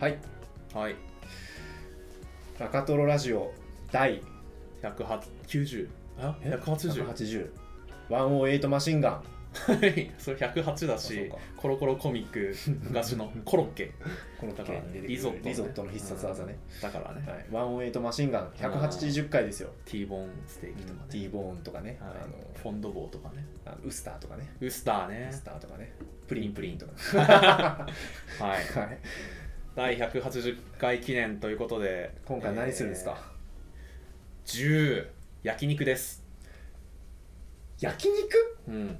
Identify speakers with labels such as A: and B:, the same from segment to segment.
A: はい
B: はい
A: 中トロラジオ第
B: 190あ
A: え
B: 180
A: 180 108マシンガン
B: はい それ108だ
A: あ
B: し
A: そうか
B: コロコロコミック 昔のコロッケ
A: この時
B: だから
A: に出てくる
B: リゾットね
A: リゾットの必殺技ね、
B: だからね
A: はい、108マシンガン180回ですよ、
B: T ボーンステーキとかね
A: T ボーンとかね、
B: はい
A: あの
B: フォンドボーとかね
A: あのウスターとかね
B: ウスター
A: ウ
B: ね
A: スターとかねプリンプリンとか、
B: はい
A: はい、
B: 第180回記念ということで
A: 今回何するんですか、、
B: えー、10焼肉です
A: 焼肉
B: うん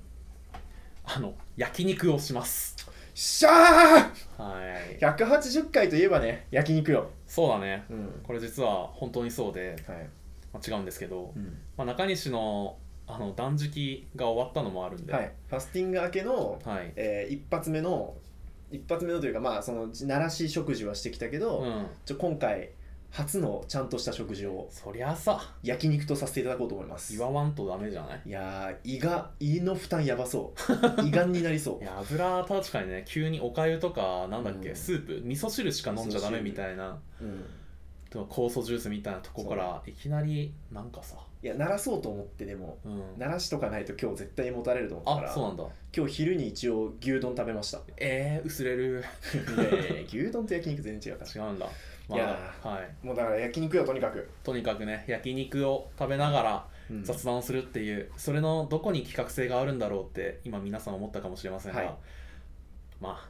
B: あの焼肉をします
A: しゃ
B: は
A: ー
B: い
A: 180回といえばね焼肉よ、
B: そうだね
A: うん
B: これ実は本当にそうで、
A: はい
B: まあ、違うんですけど、まあ、中西のあの断食が終わったのもあるんで
A: はい、ファスティング明けの、
B: はい
A: えー一発目の一発目のというかまあその慣らし食事はしてきたけど、
B: うん、
A: ちょ今回初のちゃんとした食事を
B: そりゃさ
A: 焼肉とさせていただこうと思います
B: 言わわんとダメじゃない
A: いやー胃が胃の負担やばそう 胃がんになりそう
B: いや油確かにね急におかゆとかなんだっけ、
A: うん
B: スープ味噌汁しか飲んじゃダメみたいな
A: うん、
B: とか酵素ジュースみたいなとこからいきなりなんかさ、
A: いや鳴らそうと思ってでも
B: うん、
A: 鳴らしとかないと今日絶対胃もたれると思ったか
B: あ
A: ら
B: そうなんだ
A: 今日昼に一応牛丼食べました
B: えー、薄れる
A: いやいやいや牛丼と焼肉全然違うから
B: 違うんだ、ま
A: い
B: あ
A: や
B: はい、
A: もうだから焼肉よとにかく、
B: とにかくね焼肉を食べながら
A: うん
B: 雑談をするっていう、それのどこに企画性があるんだろうって今皆さん思ったかもしれませんが、
A: はい
B: まあ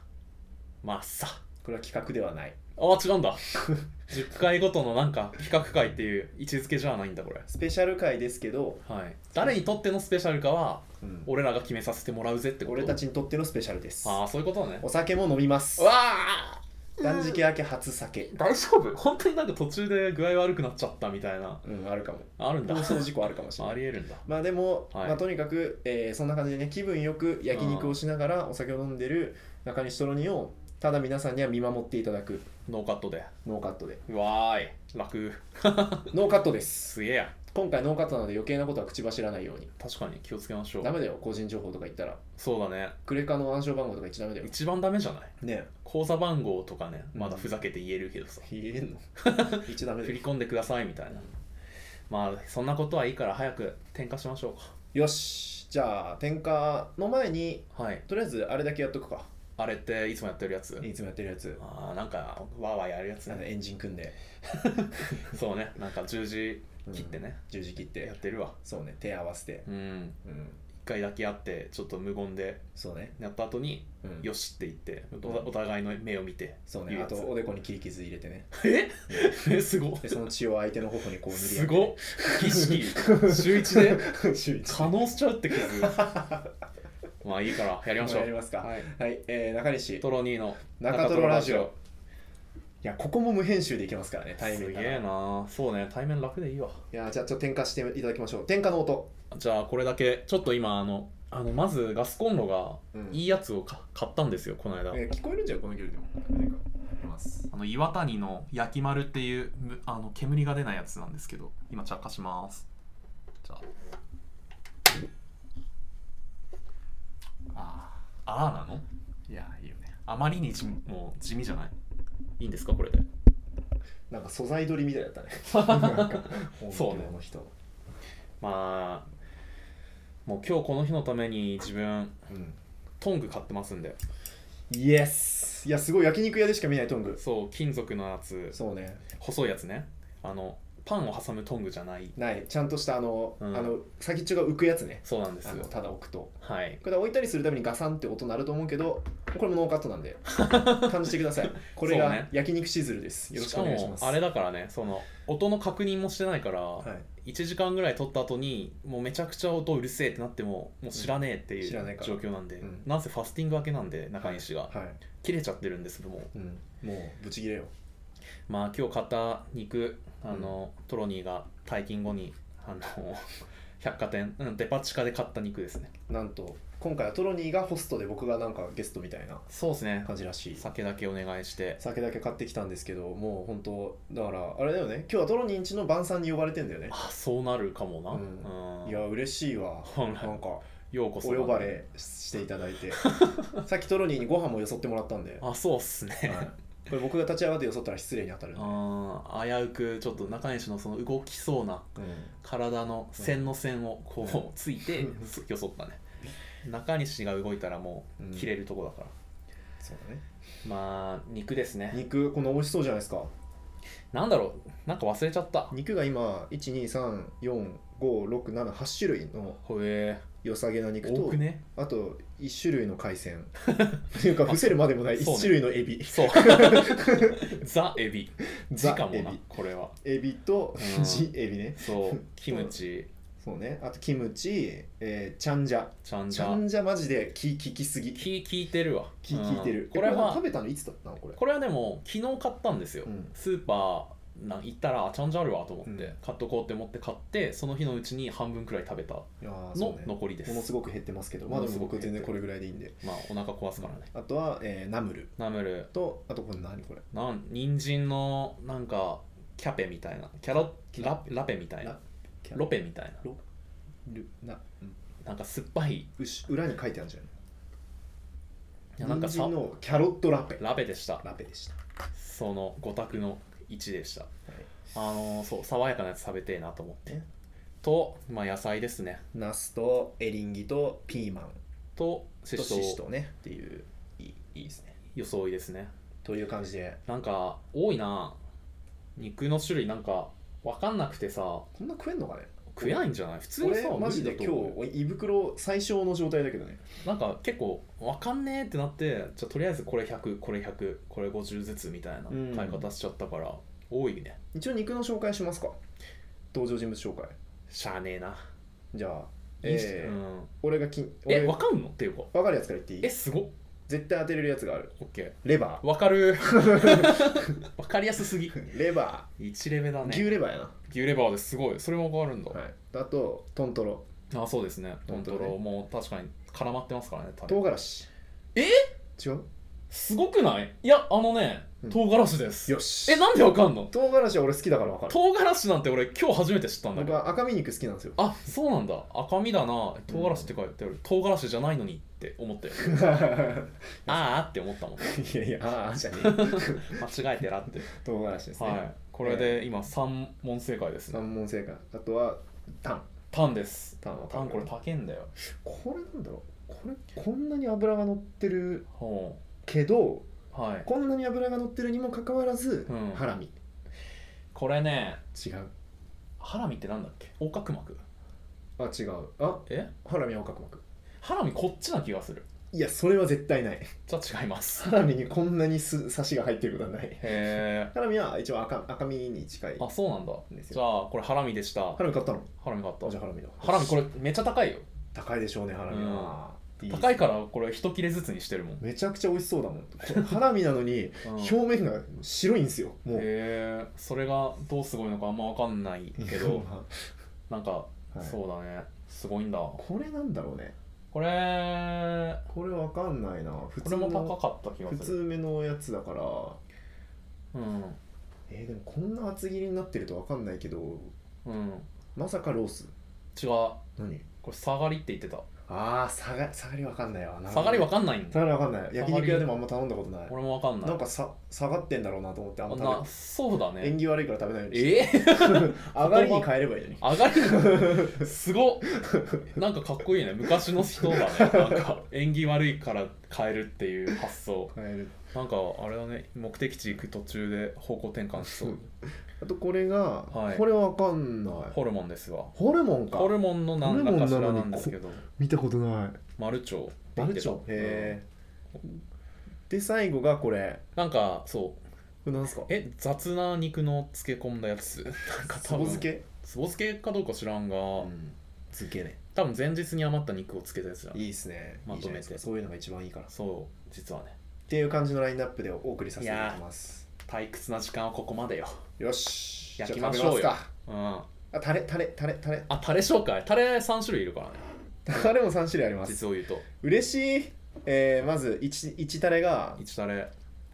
B: まあさ
A: これは企画ではない
B: あ違うんだ 10回ごとのなんか企画会っていう位置づけじゃないんだこれ
A: スペシャル回ですけど、
B: はい誰にとってのスペシャルかは
A: お
B: 俺らが決めさせてもらうぜってこと
A: 俺たちにとってのスペシャルです
B: ああそういうことね
A: お酒も飲みます
B: うわあ
A: 断食明け初酒
B: 大丈夫本当になんか途中で具合悪くなっちゃったみたいな
A: うんあるかも
B: あるんだ
A: 放送事故あるかもしれ
B: あ
A: な
B: り
A: い
B: えるんだ
A: まあでも、
B: はい
A: まあ、とにかく、えーそんな感じでね気分よく焼肉をしながらお酒を飲んでる中西とろにをただ皆さんには見守っていただく
B: ノーカットで
A: ノーカットで
B: うわーい楽
A: ノーカットです
B: すげえや
A: 今回ノーカットなので余計なことは口走らないように
B: 確かに気をつけましょ
A: ダ
B: う
A: メだよ個人情報とか言ったら
B: そうだね
A: クレカの暗証番号とか言っちゃダメだよ
B: 一番ダメじゃない
A: ね
B: 口座番号とかねまだふざけて言えるけどさ、
A: 言えん の言っちゃダメだ
B: 振り
A: よ
B: 込んでくださいみたいなまあそんなことはいいから早く転嫁しましょう
A: よしじゃあ点火の前に
B: かはい
A: とりあえずあれだけやっとくか
B: あれっていつもやってるやつ
A: いつもやってるやつ
B: あーなんかわーわーやるやつ
A: あの
B: ね
A: エンジン組んで
B: そうねなんか十字切ってね、
A: 十字切っ
B: や
A: て
B: ってるわ
A: そうね手合わせて
B: うん
A: うん
B: 一回だけやってちょっと無言で
A: そうね
B: やった後に
A: うん
B: よしって言っておお互いの目を見て
A: そう
B: 言
A: ね
B: う
A: あ
B: やつ
A: とおでこに切り傷入れてね
B: え え すごっ
A: でその血を相手の頬にこう塗り
B: すごっ儀式週一で
A: っ 週一
B: 可能しちゃうって傷 まあいいからやりましょ
A: やり
B: う
A: ますか
B: はい
A: はいえー中西
B: トロニーの
A: 中トロラジオいやここも無編集でいけますからね対
B: す
A: 面
B: げ
A: だ
B: え
A: な
B: なそうね対面楽でいいわ
A: いやじゃあちょっと点火していただきましょう点火の音
B: じゃあこれだけちょっと今あのあのまずガスコンロが
A: うん
B: いいやつをか買ったんですよこの間
A: えー聞こえるんじゃんこの距離でもなんかいます
B: あの岩谷の焼き丸っていうむあの煙が出ないやつなんですけど今着火しますじゃああーあーなの
A: いやいいよね
B: あまりにじもう地味じゃないいいんですかこれで
A: なんか素材撮りみたいだったね なんか
B: そうね
A: 本業の人
B: まあもう今日この日のために自分
A: うん
B: トング買ってますんで
A: イエスいやすごい焼肉屋でしか見ないトング
B: そう金属のやつ
A: そうね
B: 細いやつねあのパンを挟むトングじゃない
A: ないちゃんとしたあの,、
B: うん
A: あの先っちょが浮くやつね
B: そうなんです
A: あ
B: よ
A: のただ置くと
B: はい
A: これ置いたりするためにガサンって音鳴ると思うけどこれもノーカットなん で感じてくださいこれ
B: そう
A: が
B: ね
A: 焼肉シズルですよろし
B: し
A: く
B: か
A: お願いしま
B: も
A: す
B: あれだからねその音の確認もしてないから、
A: はい、
B: 1時間ぐらい撮った後にもうめちゃくちゃ音うるせえってなってももう知らねえって
A: うん
B: い
A: 知らないうから
B: 状況なんで、
A: うん
B: なんせファスティング明けなんで中西が、
A: はい
B: 切れちゃってるんですけども
A: うん、もうブチギレよ
B: まあ今日買った肉あの、トロニーが退勤後にあの 百貨店、うん、デパ地下で買った肉ですね
A: なんと今回はトロニーがホストで僕がなんかゲストみたいな
B: そうですね
A: 感じらしい
B: 酒だけお願いして
A: 酒だけ買ってきたんですけどもう本当だからあれだよね今日はトロニーんちの晩餐に呼ばれてんだよね
B: あそうなるかもな、
A: うん
B: うん
A: いや嬉しいわ
B: 本
A: な
B: 来
A: んか
B: ようこそ
A: お呼ばれしていただい てさっきトロニーにご飯もよそってもらったんで、は
B: あそうっすね、
A: い、これ僕が立ち上がってよそったら失礼に当たるんで、
B: あー危うくちょっと中西のその動きそうな
A: うん
B: 体の線の線をこうついて
A: うん
B: すよそったね中西が動いたらも
A: うん
B: う切れるとこだから、
A: そうだね
B: まあ肉ですね
A: 肉この美味しそうじゃないですか
B: なんだろうなんか忘れちゃった
A: 肉が今1234567種類の
B: ほえ
A: 良さげな肉
B: 多
A: と、
B: くね
A: あと1種類の海 鮮っていうか伏せるまでもない
B: そう
A: 1
B: ね
A: 種類のエビ
B: そう ザエビ
A: ザ
B: 時かも
A: エ
B: な
A: ビ
B: これは
A: エビと
B: うん
A: ジエビね
B: そうキムチ
A: そうねあとキムチ、えー、チャンジャ
B: ちゃん
A: チ
B: じゃ
A: ャンジャマジで気聞きすぎ気
B: き聞いてるわ
A: 聞いて
B: う
A: る
B: ん
A: え
B: これ
A: 食
B: は
A: べたのいつだったのこれ
B: これはでも昨日買ったんですよ、
A: うん
B: スーパーなん行ったらあちゃんじゃあるわと思って、
A: うん
B: 買っとこうって思って買ってその日のうちに半分くらい食べた
A: いやーそう
B: の
A: ね
B: 残りで
A: もの
B: す
A: すごく減ってますけどまあ
B: も
A: でも
B: のすごく
A: 僕全
B: 減って
A: 然
B: る
A: これぐらいでいいんで
B: まあお腹壊すからね、
A: あとは、えーナムル
B: ナムル
A: とあとこれ何これ
B: なん人参のなんかキャペみたいなキャロ
A: キ
B: ララペみたい
A: ラ
B: なロペみたいな
A: ロルな、うん
B: なんか酸っぱいいう
A: し裏に書いてあるんじゃない
B: やなんか
A: 人
B: さ
A: 参のキャロットラペ
B: ラペでした
A: ラペでした、
B: その5択の1でした
A: はい
B: あのーそう爽やかなやつ食べてえなと思って
A: ね
B: と、まあ、野菜ですね
A: ナスとエリンギとピーマン
B: とシ
A: と
B: シ
A: シシト
B: ト
A: ウ
B: ウ
A: ねっていういいいいですね
B: 装いですね
A: という感じで
B: なんか多いな肉の種類なんか分かんなくてさ
A: こんな食えんのかね
B: 食えないんじゃない普通に
A: 俺
B: さ
A: マジで
B: 無理だと思うよ
A: 今日胃袋最小の状態だけどね
B: なんか結構わかんねえってなってじゃあとりあえずこれ100これ100これ50ずつみたいな
A: うん
B: 買い方しちゃったから、多いね
A: 一応肉の紹介しますか登場人物紹介
B: しゃあねえな、
A: じゃあ
B: いいっす
A: えー
B: うん、
A: 俺がき
B: え
A: 俺
B: わ
A: わ
B: かんのっていうか
A: かるやつから言ってい
B: え
A: い
B: すごっ
A: 絶対当てれるやつがある
B: オッケ
A: レバ
B: ーわ かるわかりやすすぎ
A: ーレバ
B: 1レベだ
A: ー
B: ね
A: 牛レバーやな、
B: 牛レバーですすごいそれもわかるんだ、
A: はい、あとトントロ
B: あそうですねトント
A: 本当
B: ロ
A: ね
B: もう確かに絡まってますからねタレ
A: 唐辛子
B: え
A: 違う
B: すごくないいやあのね
A: うん
B: 唐辛子です、
A: よし
B: えなんでわかんの
A: 唐辛子は俺好きだから分かる
B: 唐辛子なんて俺今日初めて知ったんだけ
A: 僕
B: ど
A: は赤身肉好きなん ですよ
B: あそうなんだ赤身だな唐辛子って書いてある、唐辛子じゃないのにって思ったよああって思ったもん
A: いやいやああじゃねえ
B: 間違えてら って
A: 唐辛子ですね、
B: はいこれで今3問正解ですね
A: 三問正解あとはタン
B: タンです
A: タンわかる
B: タンこれ高いんだよ
A: これなんだろうこれこんなに脂が乗ってる
B: ほ
A: けど
B: うはい
A: こんなに脂が乗ってるにもかかわらず、
B: うん
A: ハラミ
B: これね
A: 違う
B: ハラミってなんだっけ横隔膜
A: あ違うあ
B: え
A: ハラミは横隔膜
B: ハラミこっちな気がする
A: いやそれは絶対ない
B: じゃあ違います
A: ハラミにこんなにすサシが入ってることはない
B: へえ
A: ハラミは一応赤赤身に近い
B: あそうなんだ
A: です
B: じ
A: よ
B: ゃあこれハラミでした
A: ハ
B: ハ
A: ラミ買ったの
B: ラミ買った
A: あじゃあハラミだ
B: ハラミこれめっちゃ高いよ
A: 高いでしょうねハラミは、いい
B: 高いからこれ一切れずつにしてるもん、
A: めちゃくちゃ美味しそうだもんこれハラミなのに
B: うん
A: 表面が白いんですよもう
B: へえそれがどうすごいのかあんま分かんないけど
A: は
B: なんか、
A: い
B: そうだねすごいんだこ
A: これなんだろうね
B: れ
A: これわかんないな普
B: こ
A: 通
B: れ
A: の
B: も高かった気が
A: 普
B: する
A: 通めのやつだから
B: うん
A: えー、でもこんな厚切りになってるとわかんないけど
B: うん
A: まさかロース
B: 違うこ
A: 何
B: れ下がりって言ってた
A: あー下が下がりわかんないわ
B: 下がりわ
A: か
B: かんないん
A: ん下がりわかんない
B: り
A: 焼肉屋でもあんま頼んだことない
B: 俺もわかんない
A: なんかさ下がってんだろうなと思ってあんま食べな
B: なそうだ
A: い縁
B: ね
A: 起悪いから食べないようにして
B: えー、
A: 上がりに変えればいいのに
B: 上がりすごっなんかかっこいいね昔の人だねなんか縁起悪いから変えるっていう発想
A: 変える
B: なんかあれだね目的地行く途中で方向転換しそう
A: あとこれが、
B: はい
A: これわかんない
B: ホルモンですわ
A: ホルモンか
B: ホルモンの何らかしらなんですけど
A: 見たことない
B: マルチョウって
A: マ
B: 言っ
A: ル
B: て
A: チ
B: た
A: ョへえで最後がこれ
B: うんなんかそう
A: これなんすか
B: え雑な肉の漬け込んだやつ なんか
A: つぼ漬け
B: つぼ漬けかどうか知らんが、
A: ん漬けね
B: 多分前日に余った肉を漬けたやつだ
A: いいっすね
B: ま
A: いい
B: とめて
A: じゃないですかそういうのが一番いいからっ
B: そう実はね
A: ていう感じのラインナップでお送りさせていただきます
B: 退屈な時間はここまでよ
A: よし
B: 焼きましょうよ
A: じゃあ食べますか
B: うん
A: あタレタレタレ タレ
B: あタレ紹介タレ3種類いるからね
A: タレも3種類あります
B: 実を言うと
A: 嬉しい、えーまず 1, 1タレが
B: 1タレ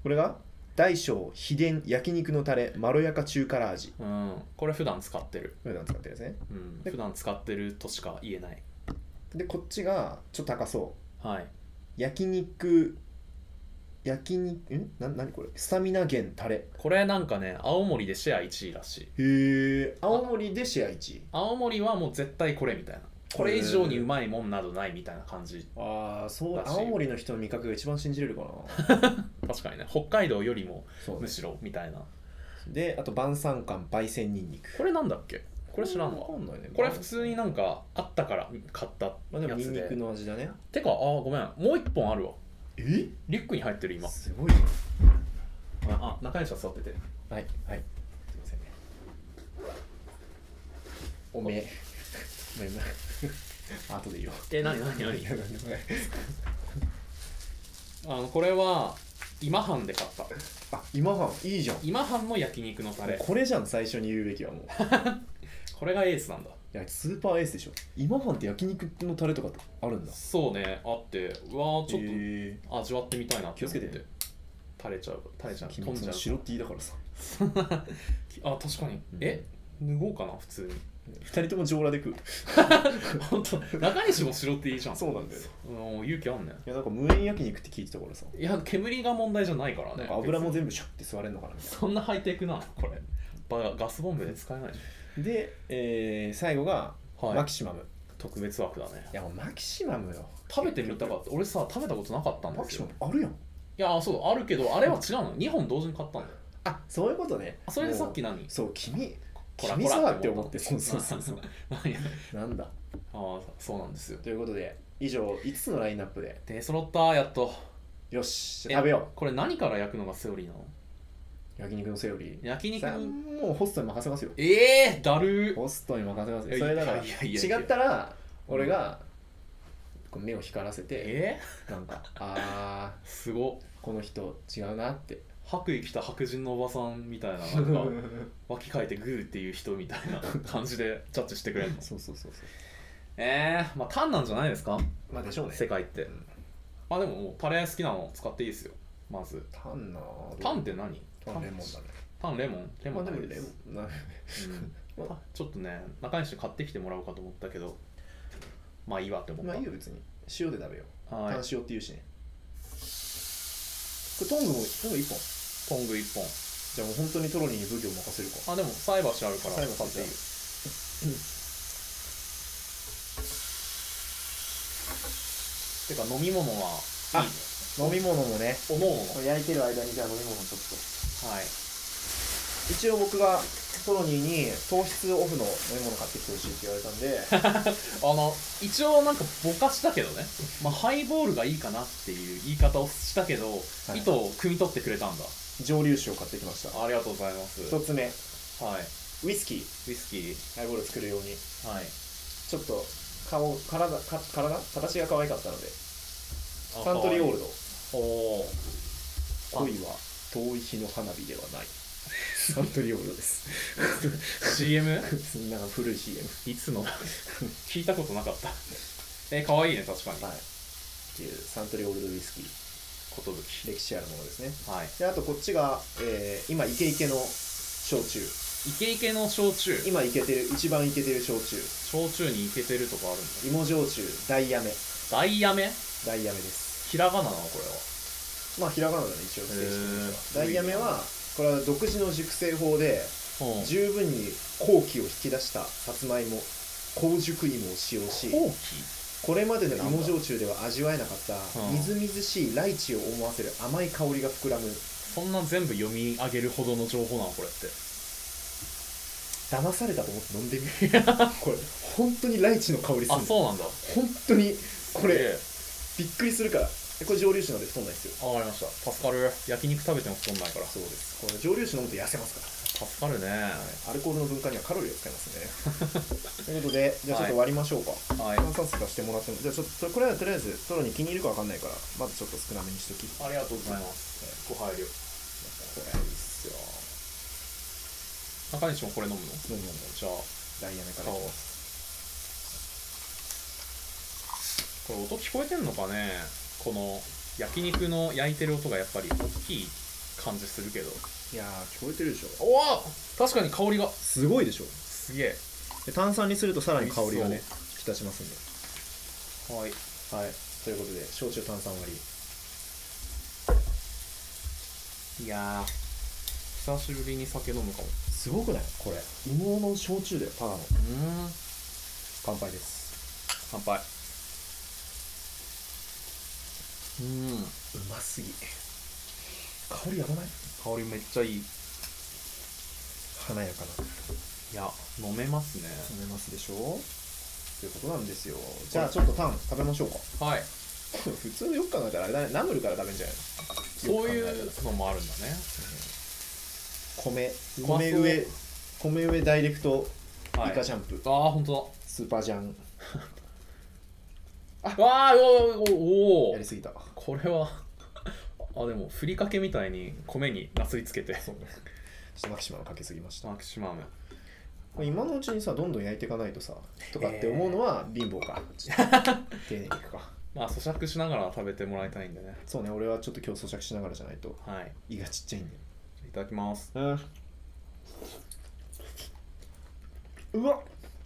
A: これが大小秘伝焼肉のタレまろやか中辛味
B: うんこれ普段使ってる、
A: 普段使ってるやつね
B: うん、
A: で
B: 普段使ってるとしか言えない
A: でこっちがちょっと高そう
B: はい
A: 焼肉焼肉んな何これスタミナ源タレ
B: これなんかね青森でシェア1位らしい
A: へえ青森でシェア1位
B: 青森はもう絶対これみたいなこれ以上にうまいもんなどないみたいな感じ
A: ああそう
B: らしい
A: 青森の人の味覚が一番信じれるか な
B: 確かにね北海道よりも
A: そう
B: む
A: ね
B: しろみたいな
A: であと晩餐館焙煎にんにく
B: これなんだっけこれ知らんわ
A: わかんないね
B: これ普通になんかあったから買った
A: まあでも
B: や
A: ニ
B: つ
A: ンニ
B: で
A: クの味だね
B: てかあーごめんもう一本あるわ
A: え
B: リュックに入ってる今
A: すごいね
B: ああ中西は座ってて
A: はいはい
B: すいませんね
A: おめえごめんな 後で言おう
B: え何
A: い
B: 何 何
A: やなんでもない
B: あのこれは今半で買った
A: あ今半いいじゃん
B: 今半の焼肉のタレ
A: これじゃん最初に言うべきは もうい
B: これがエースなんだ
A: やスーパーエースでしょ今半って焼肉のタレとかあるんだ
B: そうねあってうわーちょっと
A: え
B: 味わってみたいなって
A: 気をつけて
B: 思っ垂れちゃう垂れちゃう
A: ー、
B: 飛ん
A: 君
B: じ
A: そ
B: ゃ
A: の
B: う
A: 白 T だからさ
B: あ確かにえ脱ごうかな普通に
A: 二人とも上裸で食う
B: 本当中西も白っていいじゃん
A: そうなんだよね
B: うん勇気あんね
A: いやなんか無塩焼肉って聞いてたからさ
B: いや煙が問題じゃないからね
A: なんか油も
B: 別に
A: 全部シャッて吸われるのかなみたい
B: そんなハイテクなこれバカガスボンベで使えないでし
A: なで、えー、最後が
B: ょ
A: マキシマム、い、
B: 特別枠だね
A: やもうマキシマムよ
B: 食べてみたかった俺さ食べたことなかったん
A: マ
B: で
A: キ
B: す
A: シマ
B: よ
A: ムあるやん
B: いやそうあるけどあれは違うの2本同時に買ったんだよ
A: あそういうことね
B: あそれでさっき
A: も
B: 何
A: うそう君
B: こらこ
A: 君
B: ら
A: さって思ってそうそうそう そう
B: う
A: なんだ
B: ああそうなんですよ
A: ということで以上5つのラインナップで
B: で揃ったやっと
A: よしじゃあ食べよ
B: これ何から焼くのがセオリーなの
A: う焼肉のセオリー
B: 焼肉
A: さあ
B: に
A: もうホストに任せますよ
B: えー、だるー
A: ホストに任せますよ
B: い
A: そ
B: や
A: れだから
B: いやいやいや
A: 違ったら俺がこう目を光らせて
B: え
A: なんかあ
B: ー、すご
A: ーこの人違うな って
B: 白衣着た白人のおばさんみたいななんか 脇かいてグーっていう人みたいな 感じでジャッジしてくれるの
A: そうそうそうそう
B: えー、まあ単なんじゃないですか
A: まあでしょうね
B: 世界ってまあでももうタレ好きなの使っていいですよまず
A: タンなぁ
B: タンって何
A: タンレモンだね
B: タンレモンレ
A: ま
B: モ
A: あ
B: ン
A: でも
B: ない
A: レ
B: です、
A: モンな
B: う
A: ま
B: ん
A: あ
B: ちょっとね中西に買ってきてもらおうかと思ったけどまあいいわって思った、
A: まあいいよ別に塩で食べよう
B: は
A: タ
B: い
A: ン塩っていうしねこれトングもトング1本
B: トング1本
A: じゃあもう本当にトロリーに武器を任せるか
B: あでも菜箸あるから
A: 菜
B: 買っ
A: 箸
B: ていいよてか飲み物は
A: あ
B: いいね
A: 飲み物もね
B: おのおの
A: これ焼いてる間にじゃあ飲み物ちょっと
B: はい
A: 一応僕がトロニーに糖質オフの飲み物買ってきてほしいって言われたん で
B: あの一応なんかぼかしたけどね、まあ、ハイボールがいいかなっていう言い方をしたけど、
A: い
B: 意図を汲み取ってくれたんだ
A: 蒸留酒を買ってきました
B: ありがとうございます
A: 一つ目
B: はい
A: ウイスキー
B: ウイスキー
A: ハイボール作るように
B: はい
A: ちょっと顔体か体形が可愛かったので
B: あ
A: サントリーオールド
B: おお
A: 恋は遠い日の花火ではないサントリーオールドです
B: CM?
A: なんか 古い CM
B: いつの 聞いたことなかったえ可愛いね確かに
A: はいっていうサントリーオールドウイスキー
B: 寿
A: 歴史あるものですね
B: はい
A: であとこっちが、えー今イケイケの焼酎
B: イケイケの焼酎
A: 今イケてる一番イケてる焼酎
B: 焼酎にイケてるとかあるんだ
A: 芋焼酎ダイヤメ
B: ダイヤメ
A: ダイヤメです
B: ひらがななのこれは
A: まあひらがなだね一応正式に
B: へー
A: ダイヤメはこれは独自の熟成法で
B: ほう
A: 十分に後期を引き出したさつまいも高熟芋を使用し
B: 後
A: これまでの芋焼酎では味わえなかった
B: うん
A: みずみずしいライチを思わせる甘い香りが膨らむ
B: そんな全部読み上げるほどの情報なのこれって
A: 騙されたと思って飲んでみる これ本当にライチの香りする
B: あそうなんだ
A: 本当にこ
B: すげ
A: れ
B: え
A: びっくりするからこれ蒸留酒なんで太んないですよ
B: あわかりました助かる焼肉食べても太んないから
A: そうですこれ蒸留酒飲むと痩せますから
B: 助かるね
A: アルコールの分解にはカロリーを使いますね。 ということで、じゃあちょっと割りましょうか。
B: はい
A: 炭酸水出してもらっても、じゃあちょっと、これはとりあえず、トロに気に入るかわかんないから、まずちょっと少なめにしとき。こ
B: ありがとうございますご配慮
A: れいいっすよ。
B: 中西もこれ飲むの
A: 飲む飲む
B: じゃあ
A: ダイヤメか
B: そう
A: ら
B: これ音聞こえてんのかねこの焼肉の焼いてる音がやっぱり大きい感じするけど
A: いやー聞こえてるでしょ
B: おわ確かに香りが
A: すごいでしょ
B: すげえ
A: で炭酸にするとさらに香りが
B: 美
A: ね
B: 味し
A: 引き立ちますんで
B: はい
A: はい、ということで、焼酎炭酸割り。
B: いやー久しぶりに酒飲むかも
A: すごくないこれ。無能の焼酎だよ、ただの。
B: うん
A: 乾杯です。
B: 乾杯うん
A: うますぎ。香りやばない
B: 香りめっちゃいいい
A: 華やかな。
B: や飲めますね
A: 飲めますでしょということなんですよ。じゃあ、ちょっとタン食べましょうか。
B: はい
A: 普通よく考えたらあれだね、ナムルから食べるんじゃないの
B: そうい
A: よく考えたら
B: うのもあるんだね
A: 米、
B: うまそう
A: 米上、米上ダイレクト
B: はい
A: イカジャンプ、
B: ああ本当
A: スーパージャン。
B: だわあおーおーお
A: や
B: お
A: りすぎた。
B: これは あでもふりかけみたいに米に なすりつけて
A: そうね。ちょっとマキシマムかけすぎました。
B: マキシマム
A: まあ今のうちにさどんどん焼いていかないとさとかって思うのは貧乏 か、ちょっと丁寧にいくか
B: まあ咀嚼しながら食べてもらいたいんでね
A: そうね俺はちょっと今日咀嚼しながらじゃないと
B: はい
A: 胃がちっちゃいんで
B: いただきます
A: うんうわ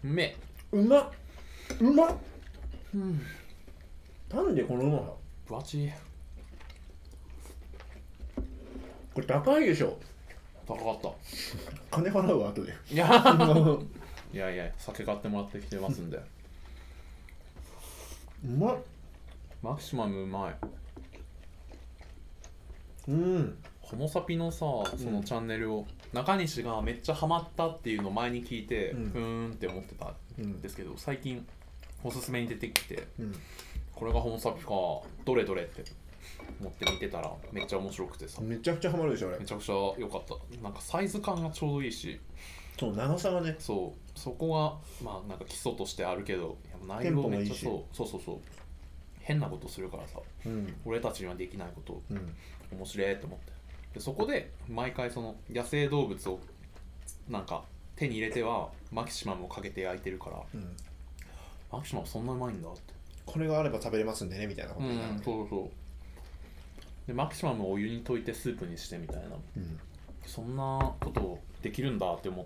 B: うめえ
A: うまっうまっ
B: うん
A: なんでこのうまさ
B: 分厚い
A: これ高いでしょ
B: 高かった
A: 金払うわ 後で
B: いや
A: う
B: いやいや酒買ってもらってきてますんで
A: まっ
B: マキシマムうまい
A: うん
B: ホモサピのさそ
A: うん
B: のチャンネルを、中西がめっちゃハマったっていうのを前に聞いて、
A: う
B: うんん、ーんって思ってたん
A: うん
B: ですけど最近おすすめに出てきて
A: うん
B: これがホモサピかどれどれって思って見てたらめっちゃ面白くてさ
A: めちゃくちゃハマるでしょ俺
B: めちゃくちゃ良かったなんかサイズ感がちょうどいいし
A: そう長さがね
B: そうそこがまあなんか基礎としてあるけどいや
A: テ
B: 内
A: ンポ
B: 容
A: もい
B: め
A: い
B: っ
A: し
B: ちゃそうそうそうそう変なことするからさ
A: うん
B: 俺たちにはできないことを
A: うん
B: 面白いと思ってでそこで毎回その野生動物をなんか手に入れてはマキシマムをかけて焼いてるから
A: うん
B: マキシマムそんなうまいんだって
A: これがあれば食べれますんでねみたいなことになる、
B: そうそうでマキシマムをお湯に溶いてスープにしてみたいな
A: うん、
B: そんなことをできるんだって思っ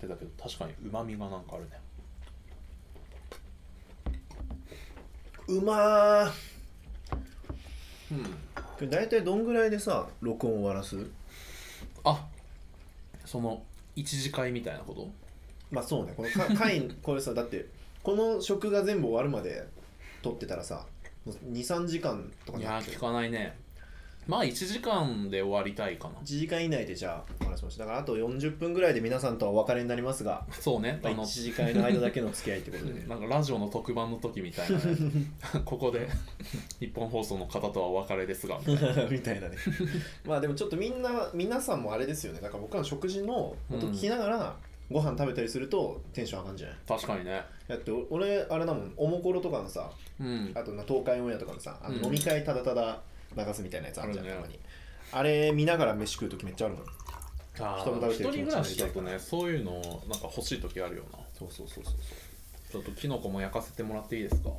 B: てたけど確かにうまみがなんかあるね
A: うまー
B: うん
A: これ大体どんぐらいでさ録音終わらす
B: あその一次会みたいなこと
A: まあそうねこのか 会これさだってこの食が全部終わるまで撮ってたらさ23時間とか
B: い
A: に
B: や
A: なっ
B: ー
A: て
B: 聞
A: る
B: かないねまあ1時間で終わりたいかな
A: 1時間以内でじゃあお話しましただからあと40分ぐらいで皆さんとはお別れになりますが、
B: そうね
A: まあ、1時間の間だけの付き合いってことで、
B: なんかラジオの特番の時みたいな、 ね、ここで日本放送の方とはお別れですがみたいな
A: みたいなねまあでもちょっとみんな皆さんもあれですよねだから僕らの食事の音聞きながらご飯食べたりするとテンション上がるんじゃない
B: 確かにね、
A: だって俺あれだもんおもころとかのさ
B: うん、
A: あとな東海オンエアとかのさあの
B: うん
A: 飲み会ただただ流すみたいなやつあるじゃん、
B: ある
A: た
B: ね
A: まにあれ見ながら飯食う時めっちゃあるもん
B: あ
A: 人の
B: ー
A: 食べて
B: 一
A: る気持
B: 人暮
A: ち
B: ら
A: になり
B: しただ
A: い
B: とねそういうのなんか欲しい時あるよな
A: そうそうそうそう
B: ちょっとキノコも焼かせてもらっていいですか
A: こ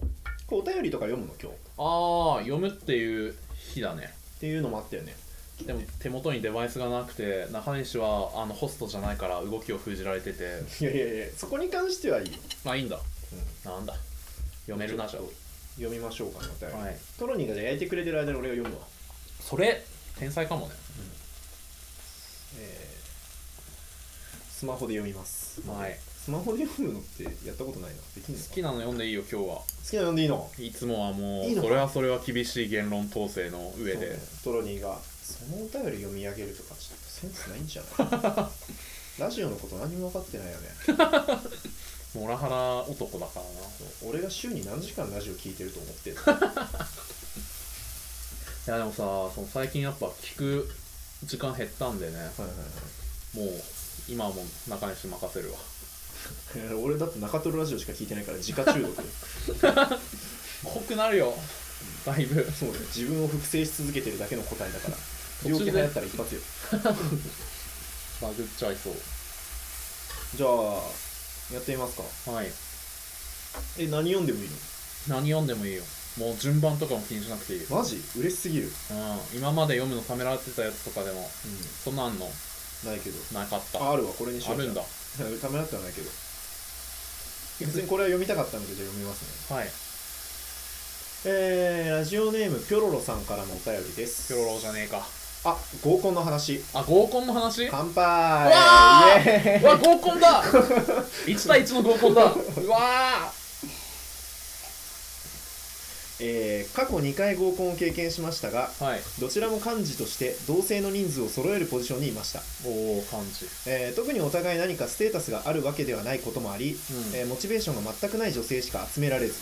A: れお便りとか読むの今日っ
B: ああ読むっていう日だね
A: ていうのもあったよ ね
B: でも手元にデバイスがなくて中西はあのホストじゃないから動きを封じられてて
A: いやいやいやそこに関してはいいよ、
B: まあいいんだ
A: うん
B: なんだ読めるなじゃ
A: ちょっと読みましょうかねお便り、
B: はい
A: トロニーがじゃあ焼いてくれてる間に俺が読むわ
B: それ天才かもね
A: えースマホで読みます
B: はい
A: スマホで読むのってやったことないなできんのか
B: 好きなの読んでいいよ今日は
A: 好きなの読んでいいの
B: いつもはもう
A: いいのか
B: それはそれは厳しい言論統制の上
A: そう
B: で
A: ねトロニーがそのお便り読み上げるとかちょっとセンスないんじゃない ラジオのこと何も分かってないよね
B: モラハラ男だからな
A: 俺が週に何時間ラジオ聞いてると思 ってる
B: いやでもさその最近やっぱ聞く時間減ったんでねもう今はもう中西任せるわ
A: いや 俺だって中トロラジオしか聞いてないから自家中毒
B: 濃くなるよだいぶ
A: そうね自分を複製し続けてるだけの答えだから
B: 途
A: 病
B: 中
A: 気
B: で
A: 流行ったら一発よ
B: バグっちゃいそう
A: じゃあやってみますか
B: はい
A: え何読んでもいい
B: 何読んでもいいよもう順番とかも気にしなくていいよ、
A: のマジ嬉しすぎる、
B: うん、今まで読むのためらってたやつとかでもそんなんの
A: ないけど
B: なかった
A: ああるわこれにしよ
B: あ
A: う
B: るんだ
A: ためらってはないけど 別にこれは読みたかったのでじゃあ読みますね
B: はい
A: えー、ラジオネームピョロロさんからのお便りです
B: ピョロロじゃねえか
A: あ合コンの話
B: あ合コンの話うわ
A: 乾杯
B: わー
A: イエーイ
B: 合コンだ1対1の合コンだ うわ
A: えー過去2回合コンを経験しましたが
B: ーはい
A: どちらも幹事として同性の人数を揃えるポジションにいました、
B: おお感じ
A: えー特にお互い何かステータスがあるわけではないこともあり、
B: うん
A: えーモチベーションが全くない女性しか集めら れず、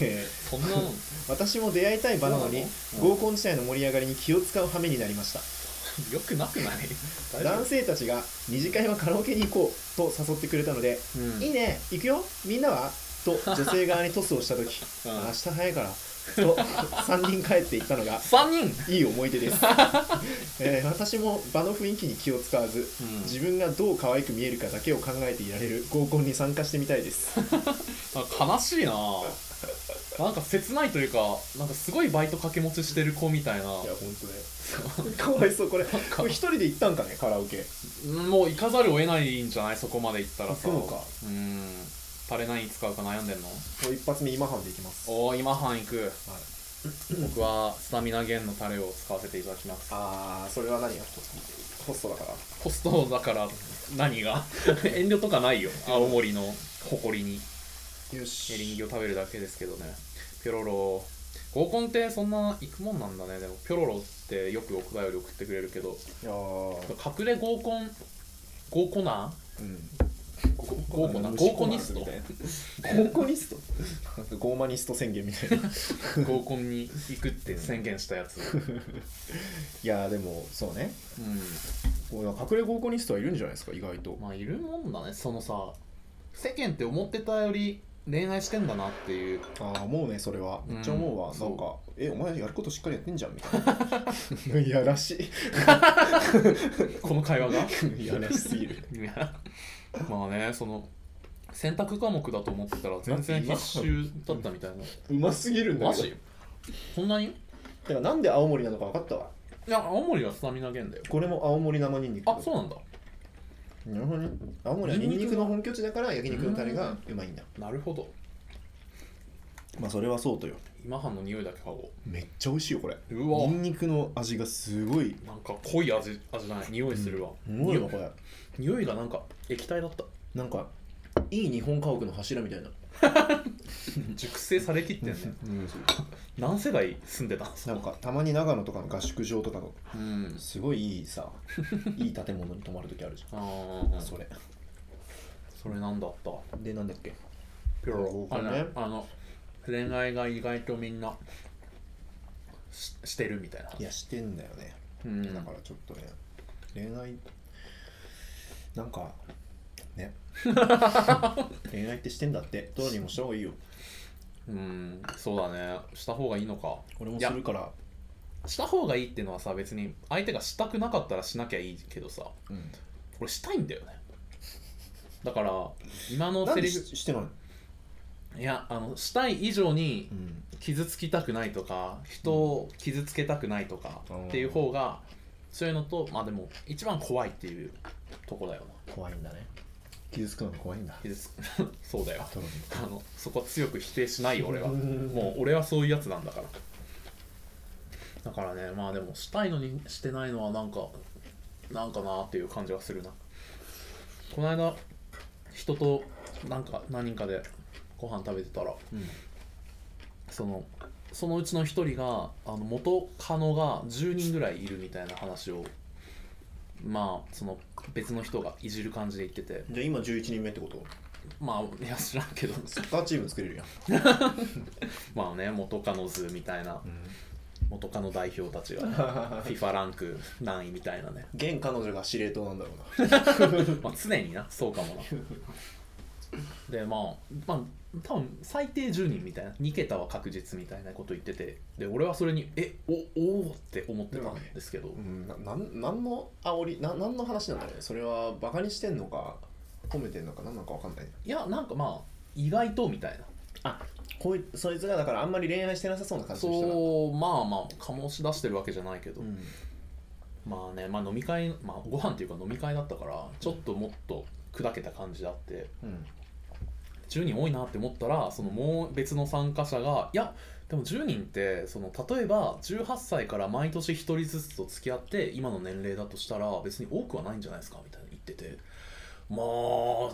A: えー
B: そんなの
A: 私も出会いたい場なのに
B: そうなのうん
A: 合コン自体の盛り上がりに気を使う羽目になりました
B: よくなくない大丈
A: 男性たちが二次会はカラオケに行こうと誘ってくれたので、
B: 夫うん
A: いいね行くよみんなは と女性側にトスをした時
B: うん
A: 明日早いからと3 人帰っていったのが
B: 3人
A: いい思い出です、 えー私も場の雰囲気に気を使わず
B: うん
A: 自分がどう可愛く見えるかだけを考えていられる合コンに参加してみたいです
B: あ悲しいななんか切ないというかなんかすごいバイト掛け持ちしてる子みたいない
A: や本当ね かわいそうこれこれ一人で行ったんかねカラオケ
B: もう行かざるを得ないんじゃないそこまで行ったらさ
A: 行くのか
B: うんタレ何使うか悩んでんの
A: もう一発目今半で行きます、はい、
B: おお今半行く僕はスタミナ源のタレを使わせていただきます
A: ああそれは何やホストだから
B: ホストだから何が 遠慮とかないよ青森の誇りに
A: よ
B: エリン
A: し
B: ギを食べるだけですけどねピョロロ合コンってそんな行くもんなんだねでもピョロロってよくお便り送ってくれるけど
A: いやー
B: 隠れ合コン合コナ
A: うん
B: ー合コナー合コニスト
A: 合コニストゴーマニスト 宣言みたいない
B: 合コンに行くって宣言したやつ
A: やーでもそうね
B: う
A: こう隠れ合コニストはいるんじゃないですか意外と
B: んまあいるもんだねそのさ世間って思ってたより恋愛してんだなっていう
A: ああもうねそれは
B: うん
A: めっちゃ思うわ、
B: そう
A: なんかえお前やることしっかりやってんじゃんみたいな いやらし
B: この会話 が
A: いいやらしすぎる
B: いやまあねその選択科目だと思ってたら全然必修だったみたいう
A: ますぎるんだ
B: な
A: け
B: マ
A: ど
B: ジそんなに
A: てかなんで青森なのか分かったわ
B: いや、青森はスタミナ源だよ。
A: これも青森生ニンニク
B: あ、そうなんだ。
A: なるほどね青森はニンニクの本拠地だから焼肉のタレがうまいんだ
B: なるほど。
A: まあそれはそうとよ
B: 今半の匂いだけ嗅ご
A: めっちゃ美味しいよこれ
B: う。うわ
A: ニ、ンニクの味がすごい
B: なんか濃い味、味じゃない、匂いするわ。
A: すごいわ
B: 匂い
A: これ
B: 匂いがなんか液体だった。
A: なんかいい日本家屋の柱みたいな
B: 熟成されきってんね。何世代住んでたんす
A: なんかたまに長野とかの合宿場とかの
B: うん。
A: すごいいいさいい建物に泊まる時あるじゃ
B: あ
A: ん
B: ー、
A: それ
B: それなんだった。
A: でなんだっけ
B: ピョロ
A: な
B: あ
A: るほど
B: の
A: ね
B: ね、あの、恋愛が意外とみんなししてるみたいな。
A: いやしてんだよね、
B: うん。
A: だからちょっとね恋愛なんか ね恋愛ってしてんだってどうにもした方がいいよ
B: うん、そうだね。した方がいいのか。
A: 俺もするから
B: した方がいいっていうのはさ、別に相手がしたくなかったらしなきゃいいけどさ。
A: うん
B: 俺したいんだよねだから今の
A: なん
B: セ
A: で
B: リフ
A: ししてないの、
B: いやあのしたい以上に
A: うん、
B: 傷つきたくないとか人を傷つけたくないとか
A: うん
B: っていう方がそういうのとまあでも一番怖いっていうとこだよな
A: 怖いんだね傷つくのが怖いんだ
B: 傷つ そうだよ
A: トロに
B: あのそこは強く否定しないよ俺は
A: うんうんうん
B: もう俺はそういうやつなんだからだからねまあでもしたいのにしてないのはなんかなんかなっていう感じはするなこの間人となんか何人かでご飯食べてたらそのそのうちの一人があの元カノが10人ぐらいいるみたいな話をまあその別の人がいじる感じで言ってて
A: じゃあ今11人目ってこと
B: まあいや知らんけど
A: サッカーチーム作れるやん、
B: まあね元カノ図みたいな元カノ代表たちが、ね、FIFA ランク何位みたいなね、
A: 現彼女が司令塔なんだろうな
B: まあ、常になそうかもなでまあまあ多分最低10人みたいな2桁は確実みたいなこと言っててで俺はそれにえおおーって思ってたんですけど、
A: うんななんなんの煽りな何の話なんだろうねそれはバカにしてんのか褒めてんのかななんかわかんない
B: いやなんかまあ意外とみたいな
A: あこいそいつがだからあんまり恋愛してなさそうな感じの人だ
B: そうまあまあ醸し出してるわけじゃないけど、
A: うん
B: まあね、まあ、飲み会、まあ、ご飯っていうか飲み会だったからちょっともっと砕けた感じであって
A: うん
B: 10人多いなって思ったらそのもう別の参加者がいやでも10人ってその例えば18歳から毎年1人ずつと付き合って今の年齢だとしたら別に多くはないんじゃないですかみたいな言っててまあ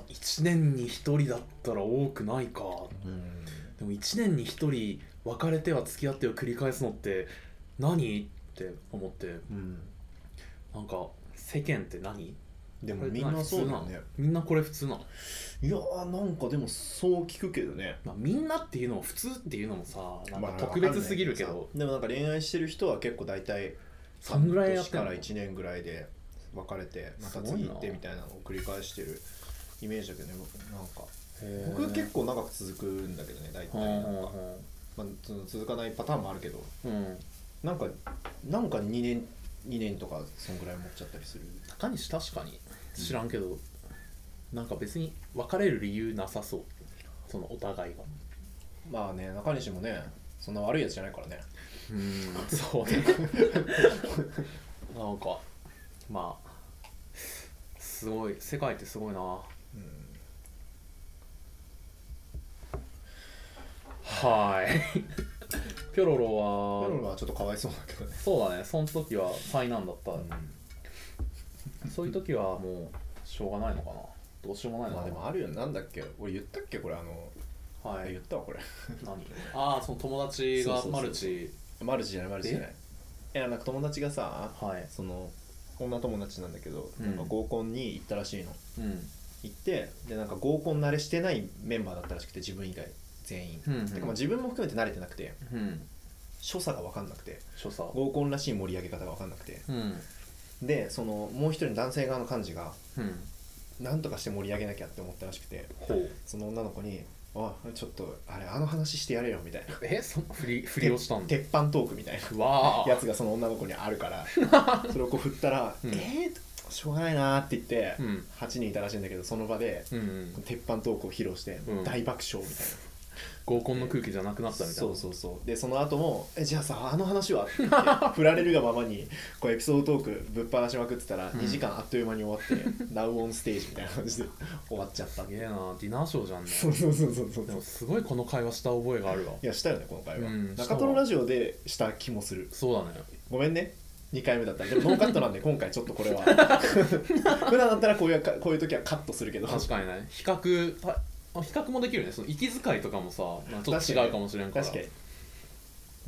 B: 1年に1人だったら多くないか
A: うん
B: でも1年に1人別れては付き合っては繰り返すのって何って思って
A: うん
B: なんか世間って何
A: で
B: こ
A: も
B: れ
A: みんなそうだよ
B: 普通な
A: ね
B: のみんなこれ普通なの、
A: いやーなんかでもそう聞くけどね
B: まあ、みんなっていうのも普通っていうのもさなん
A: ま
B: か
A: あ
B: 特別すぎるけ
A: わか
B: ど
A: んないけどさでもなんか恋愛してる人は結構大体
B: そんぐらいやっ
A: 半年
B: てんの
A: から1年ぐらいで別れてますた
B: ごいな
A: 次行ってみたいなのを繰り返してるイメージだけどね僕なんか
B: へー
A: 僕は結構長く続くんだけどね大体
B: うんう
A: なん
B: ん
A: か、まあ、その続かないパターンもあるけど
B: うんうん
A: なんかなんか2年2年とかそんぐらい持っちゃったりする
B: 中西確かに知らんけど、なんか別に別れる理由なさそうそのお互いが
A: まあね中西もねそんな悪いやつじゃないからね
B: うん そ うねなんかまあすごい世界ってすごいなはーい ピョロロ
A: うん
B: は
A: ロロはちょっとかわいそうだけどね
B: そうだねその時は災難だった、
A: うん
B: そういう時はもうしょうがないのかなどうしようもないの
A: まあ
B: か
A: で
B: な、
A: もあるよなんだっけ俺言ったっけこれあのあ
B: はい
A: 言ったわこれ
B: 何 ああその友達が
A: そうそうそうそう
B: マルチ
A: マルチじゃないマルチじゃないいやなんか友達がさ
B: はい
A: その女友達なんだけど、
B: うん
A: なんか合コンに行ったらしいの
B: うん
A: 行ってでなんか合コン慣れしてないメンバーだったらしくて自分以外全員、
B: うんうん
A: てかまあ自分も含めて慣れてなくて
B: うん
A: 所作が分かんなくて
B: 所作
A: 合コンらしい盛り上げ方が分かんなくて
B: うん
A: でそのもう一人の男性側の幹事が
B: うん
A: なんとかして盛り上げなきゃって思ったらしくて
B: ほう
A: その女の子に「おいちょっとあれあの話してやれよ」みたいな
B: えその振り振りをしたんだ
A: 鉄板トークみたいな
B: わあ
A: やつがその女の子にあるから それをこう振ったら「
B: うん
A: えー、しょうがないな」って言って、
B: うん
A: 8人いたらしいんだけどその場で
B: うんうん
A: 鉄板トークを披露して
B: うん
A: 大爆笑みたいな、
B: 合コンの空気じゃなくなったみたいな
A: そうそうそうでその後も「えじゃあさあの話は?」って言って 振られるがままにこうエピソードトークぶっ放しまくってたら
B: うん
A: 2時間あっという間に終わって「Now on stage」みたいな感じで 終わっちゃった
B: すげえなディナーショーじゃんね
A: そうそうそうそうそう
B: でもすごいこの会話した覚えがあるわ
A: いやしたよねこの回は、
B: うん
A: 中トロラジオでした気もする
B: そうだね
A: ごめんね2回目だったでもノーカット なんで今回ちょっとこれは普段だったらこういうかこういう時はカットするけど
B: 確かにね比較たあ比較もできるねその息遣いとかもさ、まあ、ちょっと違うかもしれんから
A: 確かに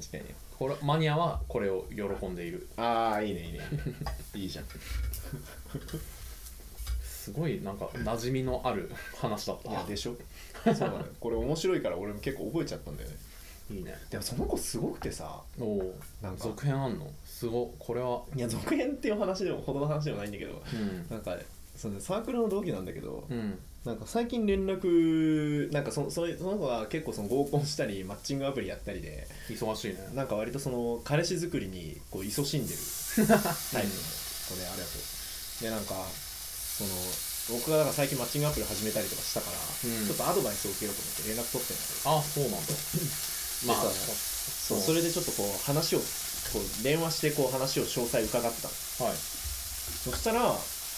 A: 確かに
B: これマニアはこれを喜んでいる
A: ああいいねいいねいいじゃん
B: すごいなんか馴染みのある話だった
A: いやでしょそうなのよこれ面白いから俺も結構覚えちゃったんだよね
B: いいね
A: でもその子すごくてさ
B: おお
A: なんか
B: 続編あんのすごこれはい
A: や続編っていう話でもほどの話でもないんだけど
B: うん
A: なんかそのサークルの同期なんだけど、
B: うん
A: なんか最近連絡なんかそそれその子は結構その合コンしたりマッチングアプリやったりで
B: 忙しいね
A: なんか割とその彼氏作りにこう勤しんでるタイプの子でありがとうでなんかその僕がなんか最近マッチングアプリ始めたりとかしたから、
B: うん
A: ちょっとアドバイスを受けようと思って連絡取ってんだけど
B: あそうなんだまあ
A: でさ
B: そ
A: そうそれでちょっとこう話をこう電話してこう話を詳細伺ってたの
B: はい
A: そしたら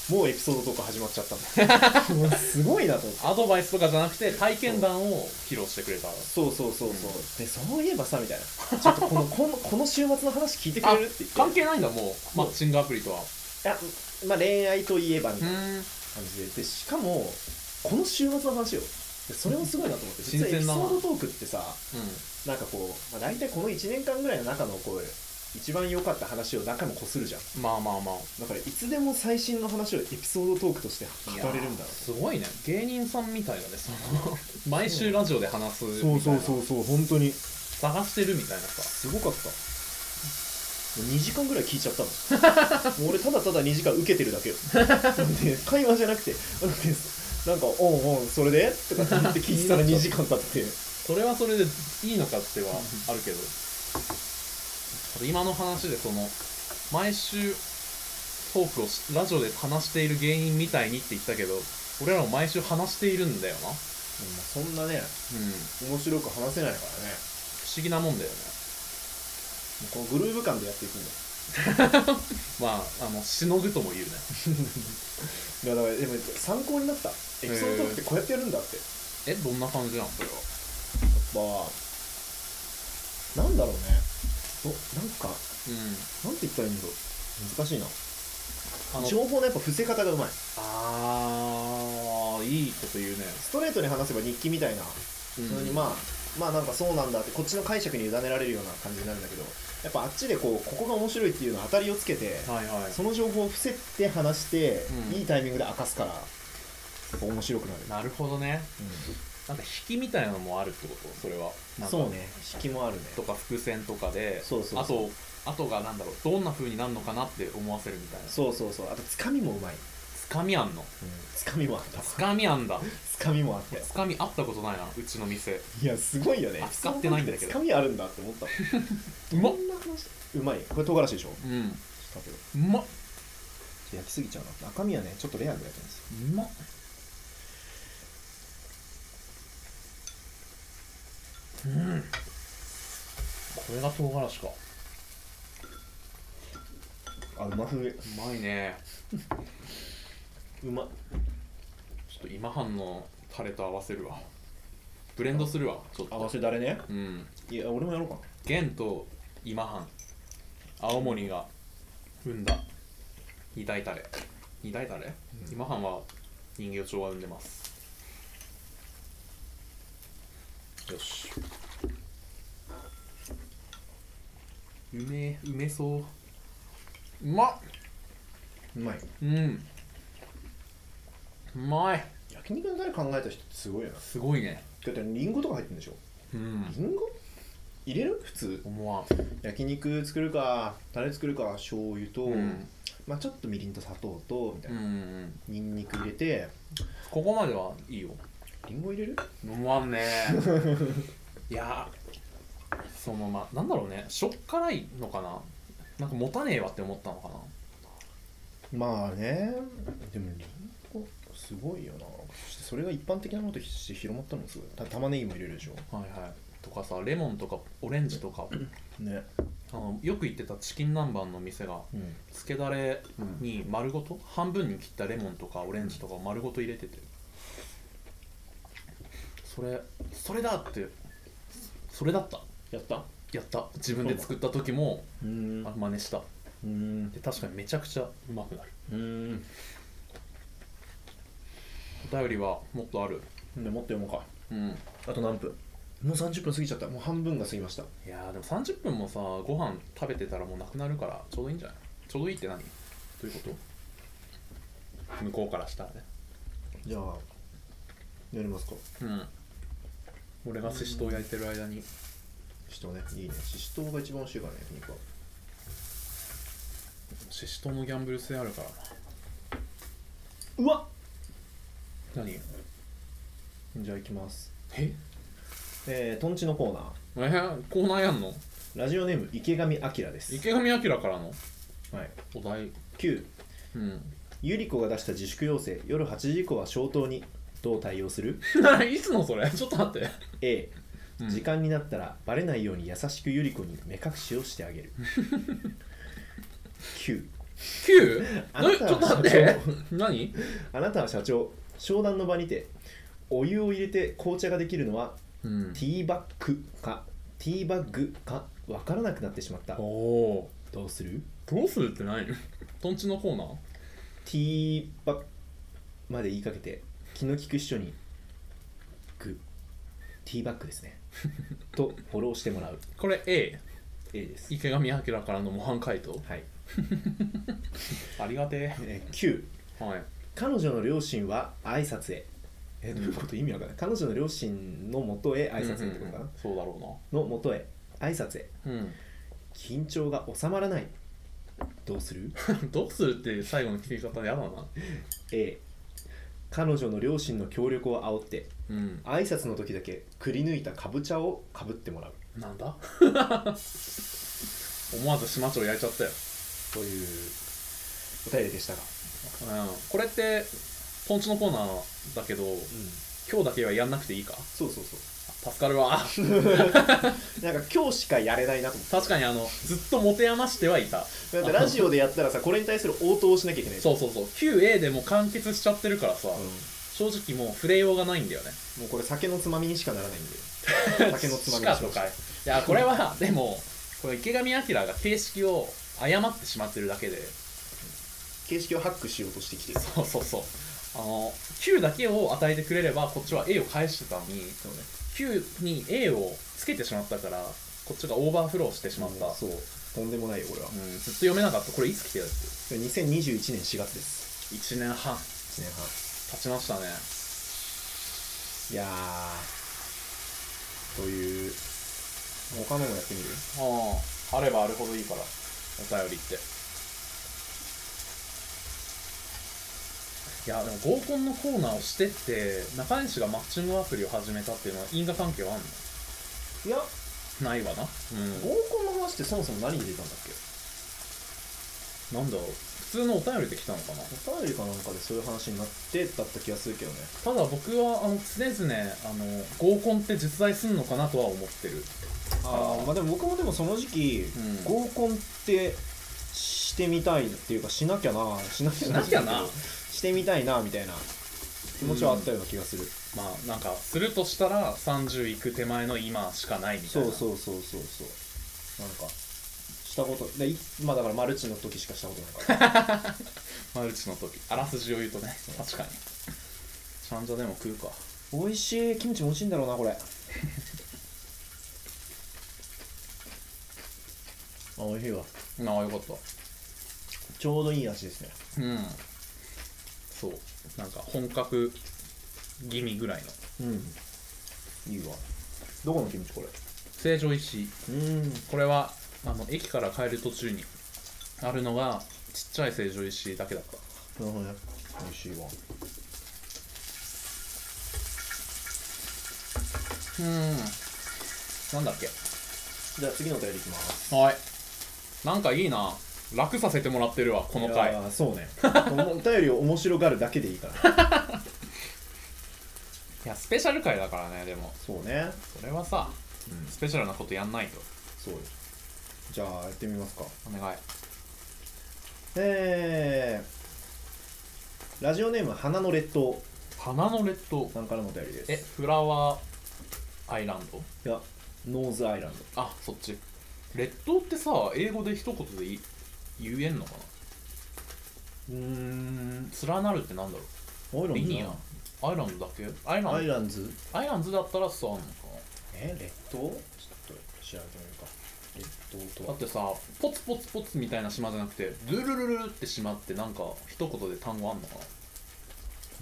A: もうエピソードトーク始まっちゃったのもうすごいなと思って
B: アドバイスとかじゃなくて体験談を披露してくれた
A: そうそうそうそう、でそういえばさみたいなちょっとこのこのこの週末の話聞いてくれるって言って
B: 関係ないんだもうマッチングアプリとはい
A: や、まあ、恋愛といえばみたいな
B: うん
A: 感じででしかもこの週末の話よでそれもすごいなと思 って
B: 新
A: 実はエピ
B: 鮮
A: ソ
B: だな
A: ードトークってさなんかこう、まあ、大体この1年間ぐらいの中のこう一番良かった話を何回もこするじゃん
B: まあまあまあ
A: だからいつでも最新の話をエピソードトークとして語れるんだろ
B: すごいね芸人さんみたいだねその 毎週ラジオで話すみたいな
A: うそう本当にす
B: 探してるみたいなさ
A: ごかった2時間ぐらい聞いちゃったの もう俺ただただ2時間受けてるだけよで会話じゃなくてなんてなんか「おんおんそれで?」とかって言って聞いてたら2時間経 って
B: それはそれでいいのかってはあるけどあと今の話でその毎週トークをしラジオで話している芸人みたいにって言ったけど俺らも毎週話しているんだよなうん
A: そんなね面白く話せないからね
B: 不思議なもんだよね
A: もうこのグルーヴ感でやっていくんだ
B: まああのしのぐとも言うね
A: いやだからでも参考になったエピソードトークってこうやってやるんだって
B: えどんな感じなのそれは
A: まあなんだろうねどなんか
B: うん
A: なんて言ったらいいんだろう難しいな
B: あの
A: 情報のやっぱ伏せ方がうまいス
B: あーいいこと言うね
A: トレートに話せば日記みたいな
B: う
A: のにまあまあなんかそうなんだってこっちの解釈に委ねられるような感じになるんだけどやっぱあっちでこうここが面白いっていうの当たりをつけて
B: はいはい
A: その情報を伏せて話して、
B: うん
A: いいタイミングで明かすからやっぱ面白くなる、
B: なるほどねなんか引きみたいなのもあるってことそれは
A: うん
B: なんか
A: そうね引きもあるね
B: とか伏線とかで
A: そうそうそ
B: あとあとがなんだろうどんな風になるのかなって思わせるみたいな
A: そうそうそうあとつかみもうまい
B: つかみあんの
A: つかみもあった
B: つかみあんだ
A: つかみもあった
B: つかみあったことないなうちの店
A: いやすごいよね
B: あ使ってないんだけど
A: つかみあるんだって思った
B: うまっ
A: こんな話 うまいこれ唐辛子でしょ
B: うん
A: だけどちょ
B: うまっ
A: っと焼きすぎちゃうな中身はねちょっとレアぐらいなんですよ
B: うまっうんこれが唐辛子か
A: あうまふう
B: うまいね
A: うま
B: ちょっと今半のタレと合わせるわブレンドするわちょっ
A: 合わ
B: と
A: せだれね
B: うん
A: いや俺もやろうかな
B: 元と今半青森が生んだ二大タレ二大タレ、
A: うん
B: 今半は人形町が生んでますよしうめえうめそううまっ
A: うまい
B: うんうまい
A: 焼肉のタレ考えた人ってすごいよな
B: すごいね
A: だってリンゴとか入ってるんでしょ
B: うん
A: リンゴ入れる普通
B: 思わん
A: 焼肉作るかタレ作るか醤油と、
B: うん
A: まあちょっとみりんと砂糖とみたい
B: うんう
A: な、
B: ん
A: ニンニク入れて
B: ここまではいいよ
A: リンゴ入れる
B: 飲ま んねいやそのまなんだろうねしょっ辛いのかななんか持たねえわって思ったのかな
A: まあねでもリンゴすごいよなそしてそれが一般的なものとして広まったのもすごいた玉ねぎも入れるでしょ
B: はいはいとかさレモンとかオレンジとか
A: ね
B: あのよく行ってたチキン南蛮の店が
A: うん
B: つけだれに丸ごと半分に切ったレモンとかオレンジとかを丸ごと入れててそれそれだってそれだった
A: やった
B: やった自分で作った時も
A: うーん
B: あ真似した
A: うーん
B: で確かにめちゃくちゃうまくなる
A: うーん
B: お便りはもっとある
A: でもっと読もうか
B: うん
A: あと何分もう30分過ぎちゃったもう半分が過ぎました
B: いやーでも30分もさご飯食べてたらもうなくなるからちょうどいいんじゃないちょうどいいって何どういうこと向こうからしたらね
A: じゃあやりますか
B: うん俺が寿司とを焼いてる間に
A: ししとうねいいねししとうが一番美味しいからね焼肉は
B: 寿司とのギャンブル性あるからな
A: うわ
B: 何
A: じゃあ行きます
B: え
A: えー、とんちのコーナー
B: えー、コーナーやんの
A: ラジオネーム池上彰です
B: 池上彰からの
A: はい、
B: お題
A: 9
B: うん
A: ゆり子が出した自粛要請夜8時以降は消灯にどう対応する
B: いつのそれちょっと待って
A: A
B: うん
A: 時間になったらバレないように優しくゆり子に目隠しをしてあげ る9
B: 9?
A: あなたは
B: ちょっと待って何
A: あなたは社長商談の場にてお湯を入れて紅茶ができるのは
B: うん
A: ティーバッグかティーバッグか分からなくなってしまった
B: おお
A: どうする
B: ーどうするって何とんちのコーナー
A: ティーバッグまで言いかけて気の利く秘書にグティーバッグですねとフォローしてもらう
B: これ A
A: A です
B: 池上彰からの模範解答
A: はい、
B: ありがて
A: えー9
B: えはい
A: 彼女の両親は挨拶へえーどういうこと意味わかんない彼女の両親のもとへ挨拶へってことかな、
B: そうだろ
A: のもとへ挨拶へ
B: うな
A: 緊張が収まらないどうする
B: うん どうするっていう最後の聞き方やだな
A: A 彼女の両親の協力を煽って
B: うん
A: 挨拶の時だけくり抜いたかぶちゃをかぶってもらう
B: なん だ思わず島町焼いちゃったよ、
A: というお便りでしたが
B: うん、これってポンチのコーナーだけど今日だけはやんなくていいか
A: そうそうそ
B: 助かる わ
A: うなんか今日しかやれないなと思
B: 確かにあのずっと持て余してはいた
A: ってだってラジオでやったらさこれに対する応答をしなきゃいけない
B: そうそうそう QA でもう完結しちゃってるからさ、
A: うん
B: 正直もう触れようがないんだよね
A: もうこれ酒のつまみにしかならないんで 酒のつまみ
B: し
A: に
B: か
A: し
B: と
A: まし
B: か
A: た
B: いやこれはでもこれ池上彰が形式を誤ってしまってるだけで
A: 形式をハックしようとしてきてる
B: そうそうそうあの Q だけを与えてくれればこっちは A を返してたのに
A: そうね
B: Q に A をつけてしまったからこっちがオーバーフローしてしまった、
A: もうそうとんでもないよ俺は、
B: うんずっと読めなかったこれいつ来てるって
A: 2021年4月です
B: 1年半
A: 1年半
B: 経ちましたね
A: いやーという他のもやってみる
B: あああればあるほどいいからお便りっていやでも合コンのコーナーをしてって中西がマッチングアプリを始めたっていうのは因果関係はあん
A: いや
B: のないわな
A: 合
B: う
A: コンの話ってそもそも何に出たんだっけ
B: んなんだろう普通のお便りで来たのかな
A: お便りかなんかでそういう話になってだった気がするけどね
B: ただ僕はあの常々あの合コンって実在するのかなとは思ってる
A: ああまあでも僕もでもその時期、
B: うん
A: 合コンってしてみたいっていうかしなきゃなしなきゃな
B: しなきゃな
A: してみたいなみたいな気持ちはあったような気がする、
B: まあなんかするとしたら30いく手前の今しかないみたい
A: そ
B: な
A: うそうそうそうそうなんかしたことでいまあだからマルチの時しかしたことないから
B: マルチの時あらすじを言うとね確かにちゃんとでも食うか
A: 美味しいキムチも美味しいんだろうな これあ美味しいわ
B: まあよかった
A: ちょうどいい味ですね
B: うんそうなんか本格気味ぐらいの
A: うんいいわどこのキムチこれ
B: 成城石井
A: うん
B: これはあの駅から帰る途中にあるのがちっちゃい成城石井だけだった
A: なるほどね美味しいわ
B: うんなんだっけ
A: じゃあ次のお便りいきます
B: はいなんかいいな楽させてもらってるわこの
A: いや
B: 回
A: ーそう ねこのお便りを面白がるだけでいいから
B: いやスペシャル回だからねでも
A: そうね
B: それはさ、
A: うん
B: スペシャルなことやんないと
A: そうよじゃあやってみますか
B: お願い
A: えー、ラジオネーム花の劣島
B: 花の列島
A: さんからのお便りです
B: えフラワーアイランド
A: いやノーズアイランド
B: あそっち列島ってさ英語で一言でい言えんのか
A: うーん
B: な連なるってなんだろ
A: アイラン
B: う
A: ズ
B: リニアアイランドだけアイランド
A: ア
B: ア
A: イ
B: イ
A: ランズ
B: ランドだったらそうあんのか
A: え列島ちょっと調べてみるか列島
B: な
A: と
B: だ
A: は
B: ってさポツポツポツみたいな島じゃなくてルルルルルって島ってなんか一言で単語あんのかな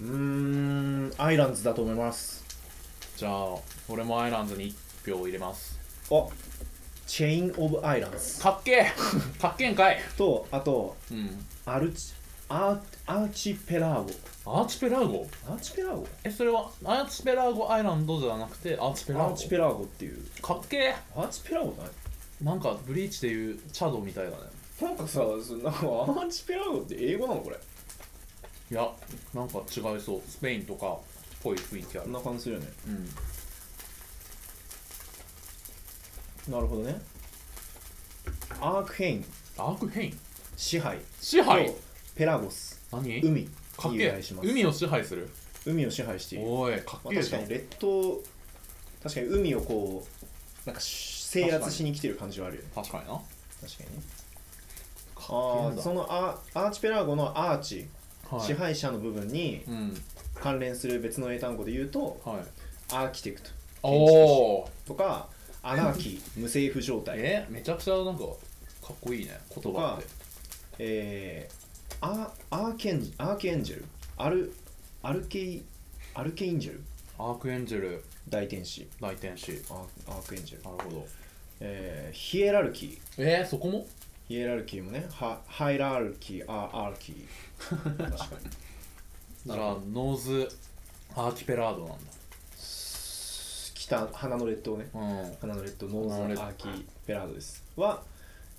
A: うーんアイランズだと思います
B: じゃあ俺もアイランドに1票入れます
A: あチェイン・オブ・アイランズ
B: かっけえ かっけえんかい
A: とあと
B: うん
A: アルチアアーチペラーゴ
B: アーチペラーゴ
A: アーチペラーゴ
B: えそれはアーチペラーゴアイランドじゃなくてアーチペラー
A: ア
B: ゴ
A: ーチペラーゴっていう
B: かっけえ
A: アーチペラーゴない
B: なんかブリーチでいうチャドみたいだね
A: なんかさそなんかアーチペラーゴって英語なのこれ
B: いやなんか違いそうスペインとかっぽい雰囲気あ
A: こ
B: る
A: んな感じするよね
B: うん
A: なるほどねアークヘイン
B: アークヘイン
A: 支配
B: 支配
A: とペラゴス
B: 何
A: 海
B: かっ
A: に
B: け
A: 由
B: え
A: 来します
B: 海を支配する
A: 海を支配している、ま
B: おいかっ
A: あ、
B: けえ
A: 確
B: じ
A: か
B: ゃん
A: に列島確かに海をこうなんかし制圧しに来てる感じはあるよね
B: 確かになか
A: 確かにね
B: っ
A: あー
B: けえん
A: そのアアーチペラーゴのアーチ、
B: だはい
A: 支配者の部分に
B: うん
A: 関連する別の英単語で言うと
B: はい
A: アーキテクト
B: おお
A: とかアナーキー無政府状態
B: えめちゃくちゃなんかかっこいいね言葉って
A: えー、アアーケンアーケンジェルアルアルケイアルケインジェル
B: アークエンジェル
A: 大天使
B: 大天使
A: アーアークエンジェル
B: な、るほど
A: えー、ヒエラルキー
B: えー、そこも
A: ヒエラルキーもね、ハハイラルキー、アーアルキー。確かに。
B: じゃあノーズアーキペラードなんだ
A: 北、花の列島ね。
B: う
A: 花の列島、ノ
B: 花の
A: ーズ
B: 列島
A: アーキー、ベラードです。は、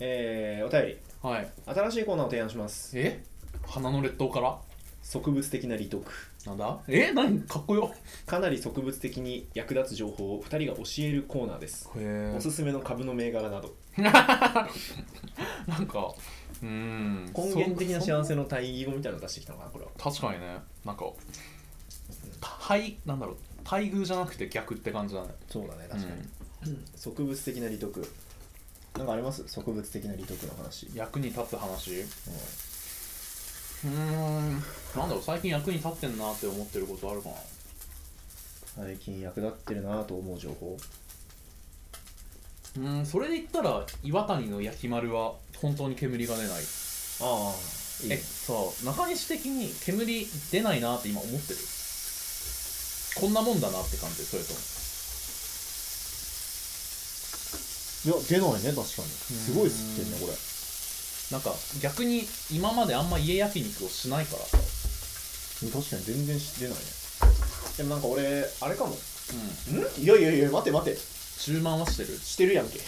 A: えー、お便り。
B: んはい
A: 新しいコーナーを提案します。
B: え花の列島から
A: 植物的な利得
B: なんだえ何かっこよ
A: かなり植物的に役立つ情報を2人が教えるコーナーです
B: へえ
A: おすすめの株の銘柄など
B: なんかうーん
A: 根源的な幸
B: せ
A: せの対義語みたいなの出してきたのかなこれは
B: 確かにねなんかはいなんだろう待遇じゃなくて逆って感じだね
A: そうだね植物的な利得なんかあります植物的な利得の話、
B: うん役に立つ話う
A: う
B: ーんなんだろう最近役に立ってんなって思ってることあるかなん
A: 最近役立ってるなと思う情報
B: うーんそれで言ったら岩谷の焼き丸は本当に煙が出ない
A: ああいい
B: え
A: ね
B: さあ中西的に煙出ないなって今思ってるこんなもんだなって感じそれとも
A: いや出ないね確かにすごい吸ってんねこれ
B: なんか逆に今まであんま家焼肉をしないからさ
A: 確かに全然出ないねでもなんか俺あれかもん
B: うん
A: いやいやいや待て待て
B: 中満はしてる
A: してるやんけ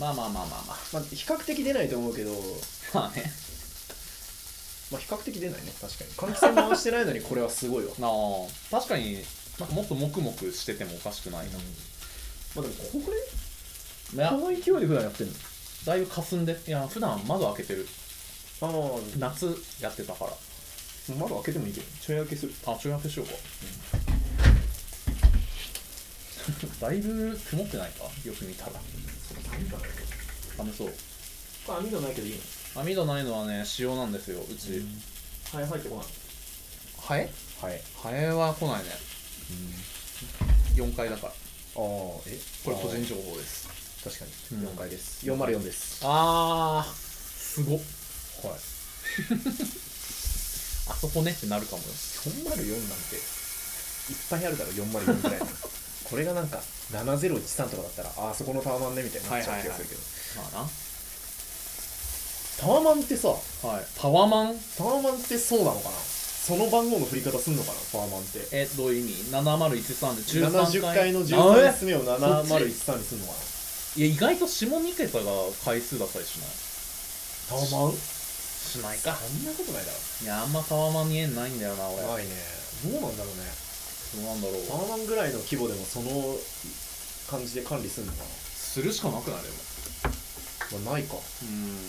B: まあまあまあまあまあ
A: まあ比較的出ないと思うけど
B: まあね
A: まあ比較的出ないね確かに換気扇回してないのにこれはすごいわ
B: なあ確かになんかもっともくもくしててもおかしくないな、
A: まあでもここくら
B: いや
A: いこの勢いで普段やってんの
B: だいぶかすんでいや普段窓開けてる
A: ああ
B: 夏やってたから
A: 窓開けてもいいけどちょい開けする
B: あ中学しようか、 だいぶ曇ってないかよく見たら寒そう
A: これ網戸ないけどいいの
B: 網戸ないのはね塩なんですようち、
A: ハエ入ってこない
B: ハエ
A: ハエ
B: ハエは来ないね4階だか
A: あ
B: ら
A: あえ
B: これ個人情報です
A: 確か
B: うん
A: に4階です404です
B: あーすごっ
A: はい
B: あそこねってなるかもよ
A: 404なんていっぱいあるから404ぐらいのこれがなんか7013とかだったらああそこのタワマンねみたいになっちゃう気がするけど、
B: まあ
A: タワマンってさ
B: なはいタワマン
A: タワマンってそうなのかなその番号の振り方すんのかなタワマンって
B: えどういう意味7013で
A: 70
B: 13
A: 階の
B: あ
A: 13
B: え
A: 列目を7013にすんのか
B: いや意外と下2桁が回数だったりしない
A: なタワマン
B: しない
A: そんなことないだろ
B: いやあんまタワマンに縁ないんだよな俺ど
A: ないねどうなんだろうね
B: うなんだろ
A: タ
B: う
A: ワマンぐらいの規模でもその感じで管理すんのか
B: するしかなくなるよ
A: な、まあ、ないか
B: うん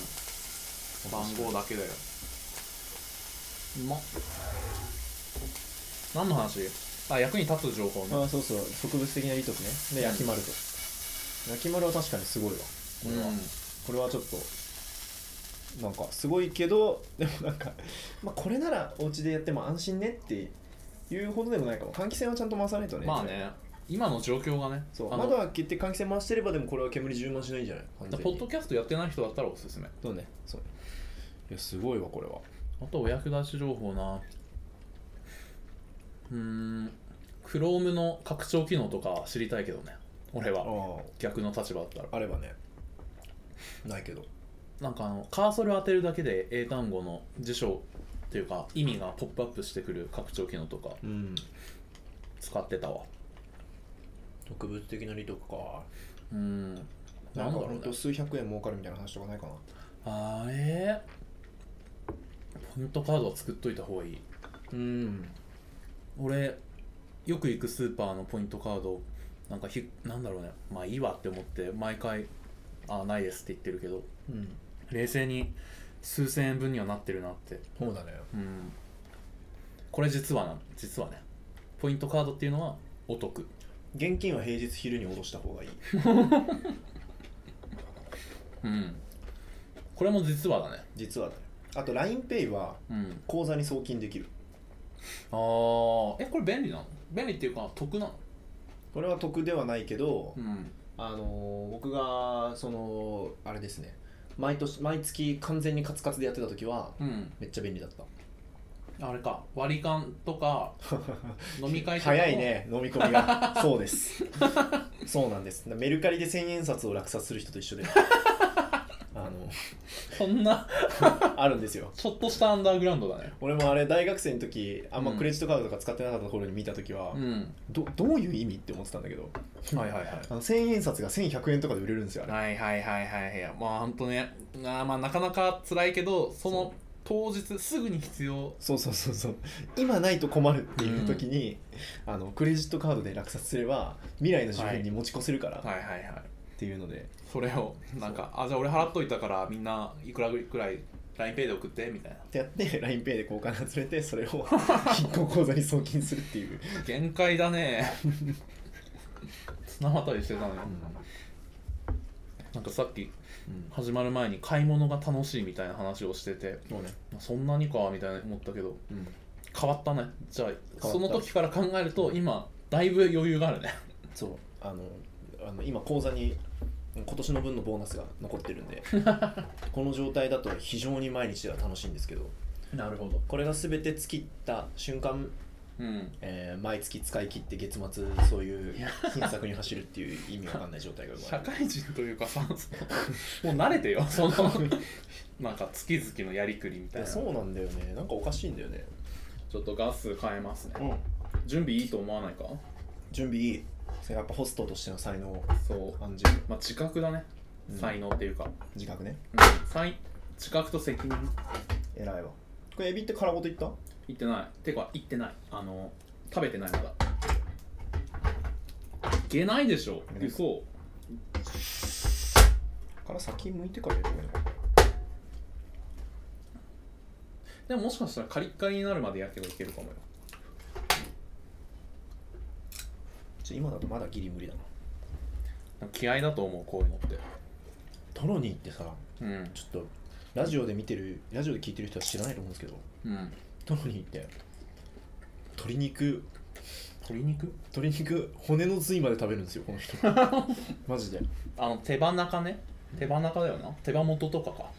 B: 番号だけだようまっ何の話あ役に立つ情報ね
A: ああそうそう植物的な利得ねで
B: うん
A: 焼き丸と、焼き丸は確かにすごいわこれは、これはちょっとなんかすごいけどでもなんか、まあ、これならお家でやっても安心ねっていうほどでもないかも換気扇はちゃんと回さないと
B: う
A: ね
B: んまあね今の状況がね
A: そう
B: あの
A: 窓開けて換気扇回してればでもこれは煙充満しないんじゃない完全に
B: ポッドキャストやってない人だったらおすすめ
A: そうねそういやすごいわこれは
B: あとお役立ち情報なうーん Chrome の拡張機能とか知りたいけどね俺は
A: あ
B: 逆の立場だったら
A: ああればねないけど
B: なんかあのカーソル当てるだけで英単語の辞書っていうか意味がポップアップしてくる拡張機能とか
A: うん
B: 使ってたわ
A: 特物的な利得か
B: うーん
A: な
B: なんん
A: か
B: だ
A: ほ
B: ろ
A: ん
B: う
A: と
B: ね
A: 数百円儲かるみたいな話とかないかな
B: あれポイントカードは作っといた方がいい
A: うん
B: 俺よく行くスーパーのポイントカードなんかひなんだろうねまあいいわって思って毎回あないですって言ってるけど
A: うん
B: 冷静に数千円分にはなってるなって
A: そうだね
B: うんこれ実はな実はねポイントカードっていうのはお得
A: 現金は平日昼に下ろした方がいい
B: うんこれも実はだね
A: 実はだねあと LINEPay は
B: うん
A: 口座に送金できる
B: あーえこれ便利なの便利っていうか得なの
A: これは得ではないけど、
B: うん
A: あのー僕がそのあれですね毎年毎月完全にカツカツでやってた時は
B: うん
A: めっちゃ便利だった
B: あれか割り勘と か飲み会とかも
A: 早いね飲み込みが そうですそうなんですメルカリで千円札を落札する人と一緒で あの
B: そんな
A: あるんですよ
B: ちょっとしたアンダーグラウンドだね
A: 俺もあれ大学生の時あんまクレジットカードとか使ってなかった頃に見た時は、
B: うん
A: どどういう意味って思ってたんだけど
B: はいはいはい
A: あの千円札が1100円とかで売れるんですよあれ
B: はいはいはいはいはいやまあほんとねあーまあなかなか辛いけどその当日すぐに必要
A: そうそうそうそう今ないと困るっていう時に、あのクレジットカードで落札すれば未来の自分に持ち越せるからっ
B: はいはいはい
A: ていうので、
B: それをなんかあじゃあ俺払っといたからみんないくらぐらい LINEPay で送ってみたいな
A: ってやって LINEPay で交換が連れてそれ を銀行口座に送金するっていう、
B: 限界だね綱渡りしてたのよ、なんかさっき始まる前に買い物が楽しいみたいな話をしてて
A: もうね、
B: そんなにかみたいな思ったけど
A: うん、
B: 変わったねじゃあ
A: た
B: その時から考えると今だいぶ余裕があるね
A: そうあのあの今口座に今年の分のボーナスが残ってる んでこの状態だと非常に毎日が楽しいんですけど
B: なるほど
A: これが全て尽きた瞬間、
B: うん
A: えー毎月使い切って月末そういう金策に走るっていう意味わかんない状態が生ま
B: 社
A: れる
B: 会人という かさもう慣れてよそのなんか月々のやりくりみ
A: い
B: たい
A: や
B: な
A: そうなんだよねなんかおかしいんだよね
B: ちょっとガス変えますね
A: うん
B: 準備いいと思わないか
A: 準備いいそれやっぱホストとしての才能を
B: そう
A: 感じる
B: まあ自覚だね
A: うん
B: 才能っていうか、
A: 自覚ね
B: うん才自覚と責任
A: 偉いわこれエビって殻ごといった
B: いってないてかいってないあの食べてないまだいけないでしょ
A: いけない
B: 嘘
A: 殻先向いてからやるね
B: でももしかしたらカリッカリになるまで焼けばいけるかもよ
A: ちょ今だとまだギリ無理だな
B: 気合だと思うこういうのって
A: トロニーってさ
B: うん
A: ちょっとラジオで見てるラジオで聞いてる人は知らないと思うんですけど
B: うん
A: トロニーって鶏肉
B: 鶏肉
A: 鶏肉骨の髄まで食べるんですよこの 人マジで、うん、
B: あの手羽中ね手羽中だよな手羽元とかか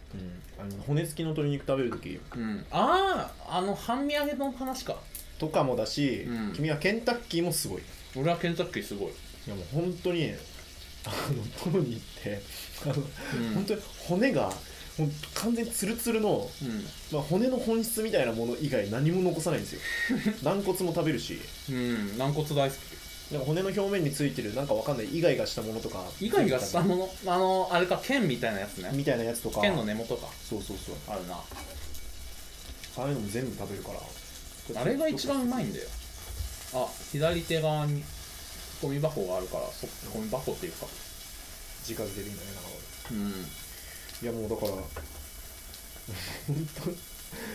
A: あの骨付きの鶏肉食べる時
B: うんあああの半身揚げの話か
A: とかもだし、
B: うん
A: 君はケンタッキーもすごいい
B: 俺はケンタッキーすごい、
A: やもう本当にあのトロニーってあの、
B: う ん
A: 本当に骨がもう完全にツルツルの、まあ、骨の本質みたいなもの以外何も残さないんです よ軟骨も食べるし
B: うん、うん、軟骨大好
A: なんか骨の表面についてるなんかわかんないイガイガしたものとか
B: き以外がしたものあのあれか剣みたいなやつね
A: みたいなやつとか
B: 剣の根元か
A: そうそうそう
B: あるな
A: ああいうのも全部食べるから
B: あれが一番うまい
A: ん
B: んだよあ左手側にゴミ箱があるからそゴミ箱っていうか
A: 自家でできるんだねなんか
B: うん
A: いやもうだから本当に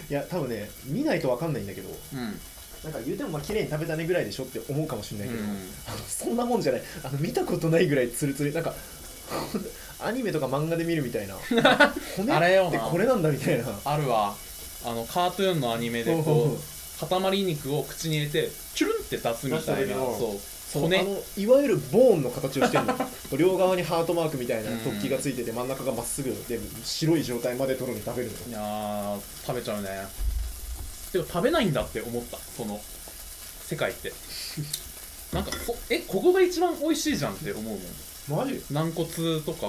A: いや多分ね見ないとわかんないんだけど
B: うん
A: なんか言うてもまあ綺麗に食べたねぐらいでしょって思うかもしれないけど、
B: うん
A: あのそんなもんじゃないあの見たことないぐらいツルツルなんか ほんとアニメとか漫画で見るみ たいな骨
B: あれよ
A: っ
B: な
A: てこれなんだみたいな
B: あるわあのカートゥーンのアニメで
A: そう
B: こう塊肉を口に入れてチュルンって出すみたい
A: 出した時
B: な
A: の
B: そう
A: そうあ
B: 骨
A: のいわゆるボーンの形をしてるの両側にハートマークみたいな
B: うん
A: 突起がついてて真ん中がまっすぐで白い状態までトロに食べるの
B: いやー食べちゃうねでも食べないんだって思ったその世界って なんかこえここが一番美味しいじゃんって思うもん
A: マジ
B: 軟骨とか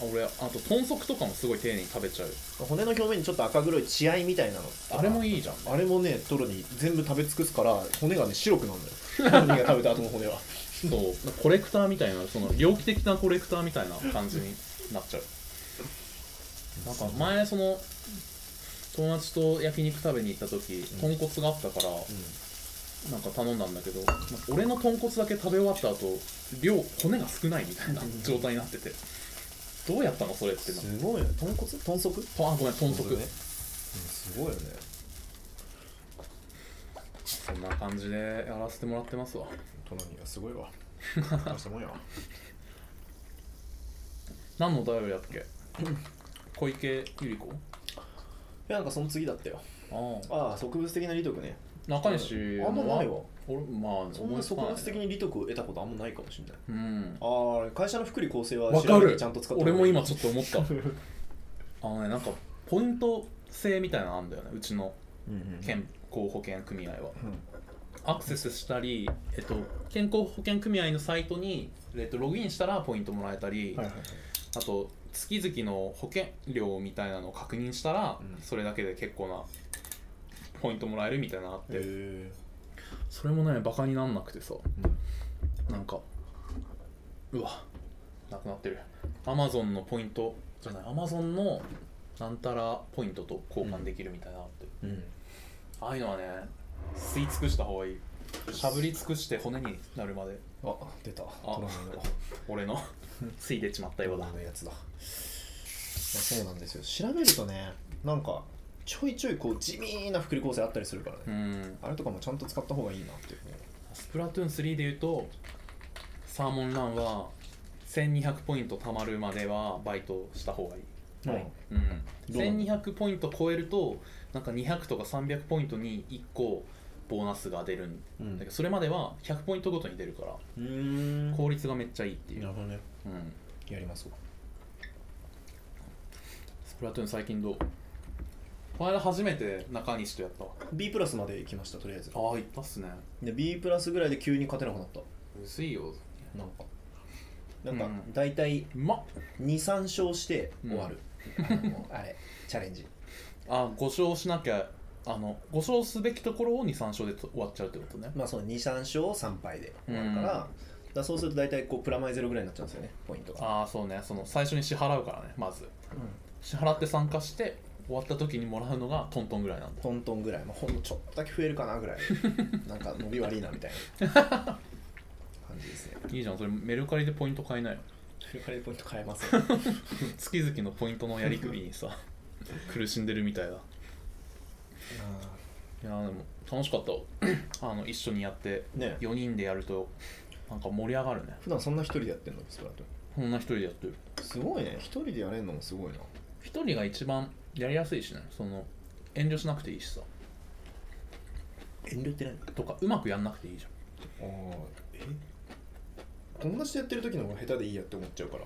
B: あ俺あと豚足とかもすごい丁寧に食べちゃう
A: 骨の表面にちょっと赤黒い血合いみたいなの
B: あれもいいじゃん
A: あれもねトロに全部食べ尽くすから骨がね白くなるのよトロニーが食べた後の骨は
B: そうコレクターみたいなその猟奇的なコレクターみたいな感じになっちゃうなんか前その友達と焼肉食べに行った時豚骨があったから、なんか頼んだんだけどなんか俺の豚骨だけ食べ終わった後量骨が少ないみたいな状態になっててどうやったのそれってな
A: すごいよね豚骨豚足
B: とあごめん豚
A: ね、
B: 足、
A: うんすごいよね
B: そんな感じでやらせてもらってますわ
A: トロニーがすごいわ大したも んやわ
B: 何のお便りだっけ小池百合
A: いやなんかその次だったよ
B: 子ああ
A: ああ植物的な利得ね
B: 中西
A: あんまないわ
B: 俺まあ
A: そん
B: 思
A: ない
B: つ
A: 植
B: かない
A: 物的に利得を得たことあんまないかもしれない
B: うん
A: ああ会社の福利厚生は
B: わか
A: 調べ
B: る
A: てちゃんと使って
B: 俺も今ち
A: ょ
B: ょっと思った あのねなんかポイント制みたいなのあるんだよねうちの
A: っ
B: 健康保険組合はアクセスしたり、えっと、健康保険組合のサイトに、えっと、ログインしたらポイントもらえたり、
A: はいはいはい
B: あと月々の保険料みたいなのを確認したら、
A: うん
B: それだけで結構なポイントもらえるみたいなのあって、
A: え
B: それもねバカになんなくてさ
A: ーうん
B: なんかうわなくなってるアマゾンのポイントじゃないアマゾンのなんたらポイントと交換できるみたいなのって、
A: うん
B: ああいうのはね吸い尽くした方がいいしゃぶり尽くして骨になるまで
A: あ出たトラムの
B: 俺の ついでちまったようだ
A: あのやつだ、まあ、そうなんですよ調べるとねなんかちょいちょいこう地味な福利構成あったりするからね、
B: うん
A: あれとかもちゃんと使った方がいいなっていうふうに
B: スプラトゥーン3でいうとサーモンランは1200ポイント貯まるまではバイトした方がいい、
A: はい
B: うん、
A: どうなの
B: 1200ポイント超えるとなんか200とか300ポイントに1個ボーナスが出るん
A: うん
B: だけどそれまでは100ポイントごとに出るから
A: うーん
B: 効率がめっちゃいいってい
A: な
B: う、
A: るほどね
B: うん、
A: やりますわ
B: スプラトゥーン最近どうこの間初めて中西とやったわ
A: B プラスまで行きましたとりあえず
B: ああいったっすね
A: で B プラスぐらいで急に勝てなくなった
B: むずいよ
A: なんかなんか
B: うん
A: 大体
B: うまっ
A: 23勝して終わる、あのあれチャレンジ
B: あ5勝しなきゃあの5勝すべきところを23勝でと終わっちゃうってことね
A: まあその23勝3敗で終わるから,、だからそうすると大体こうプラマイゼロぐらいになっちゃうんですよねポイントが、
B: ああそうねその最初に支払うからねまず
A: うん
B: 支払って参加して終わった時にもらうのがトントンぐらいなんだ
A: トントンぐらい、まあ、ほんのちょっとだけ増えるかなぐ らいなんか伸び悪いなみたいな感じですね
B: いいじゃんそれメルカリでポイント買えないよ
A: フルカレーポイント変えません
B: 月々のポイントのやりくりに さ苦しんでるみたいだいやーでも楽しかった わあの一緒にやって
A: ね
B: 4人でやるとなんか盛り上がるね
A: 普段そんな一人でやってんのスプラトゥ
B: こんな一人でやってる
A: ーンすごいね一人でやれんのもすごいな
B: 一人が一番やりやすいしねその遠慮しなくていいしさ
A: 遠慮ってない
B: とかうまくやんなくていいじゃん
A: ああえ友達とやってる時の方が下手でいいやって思っちゃうから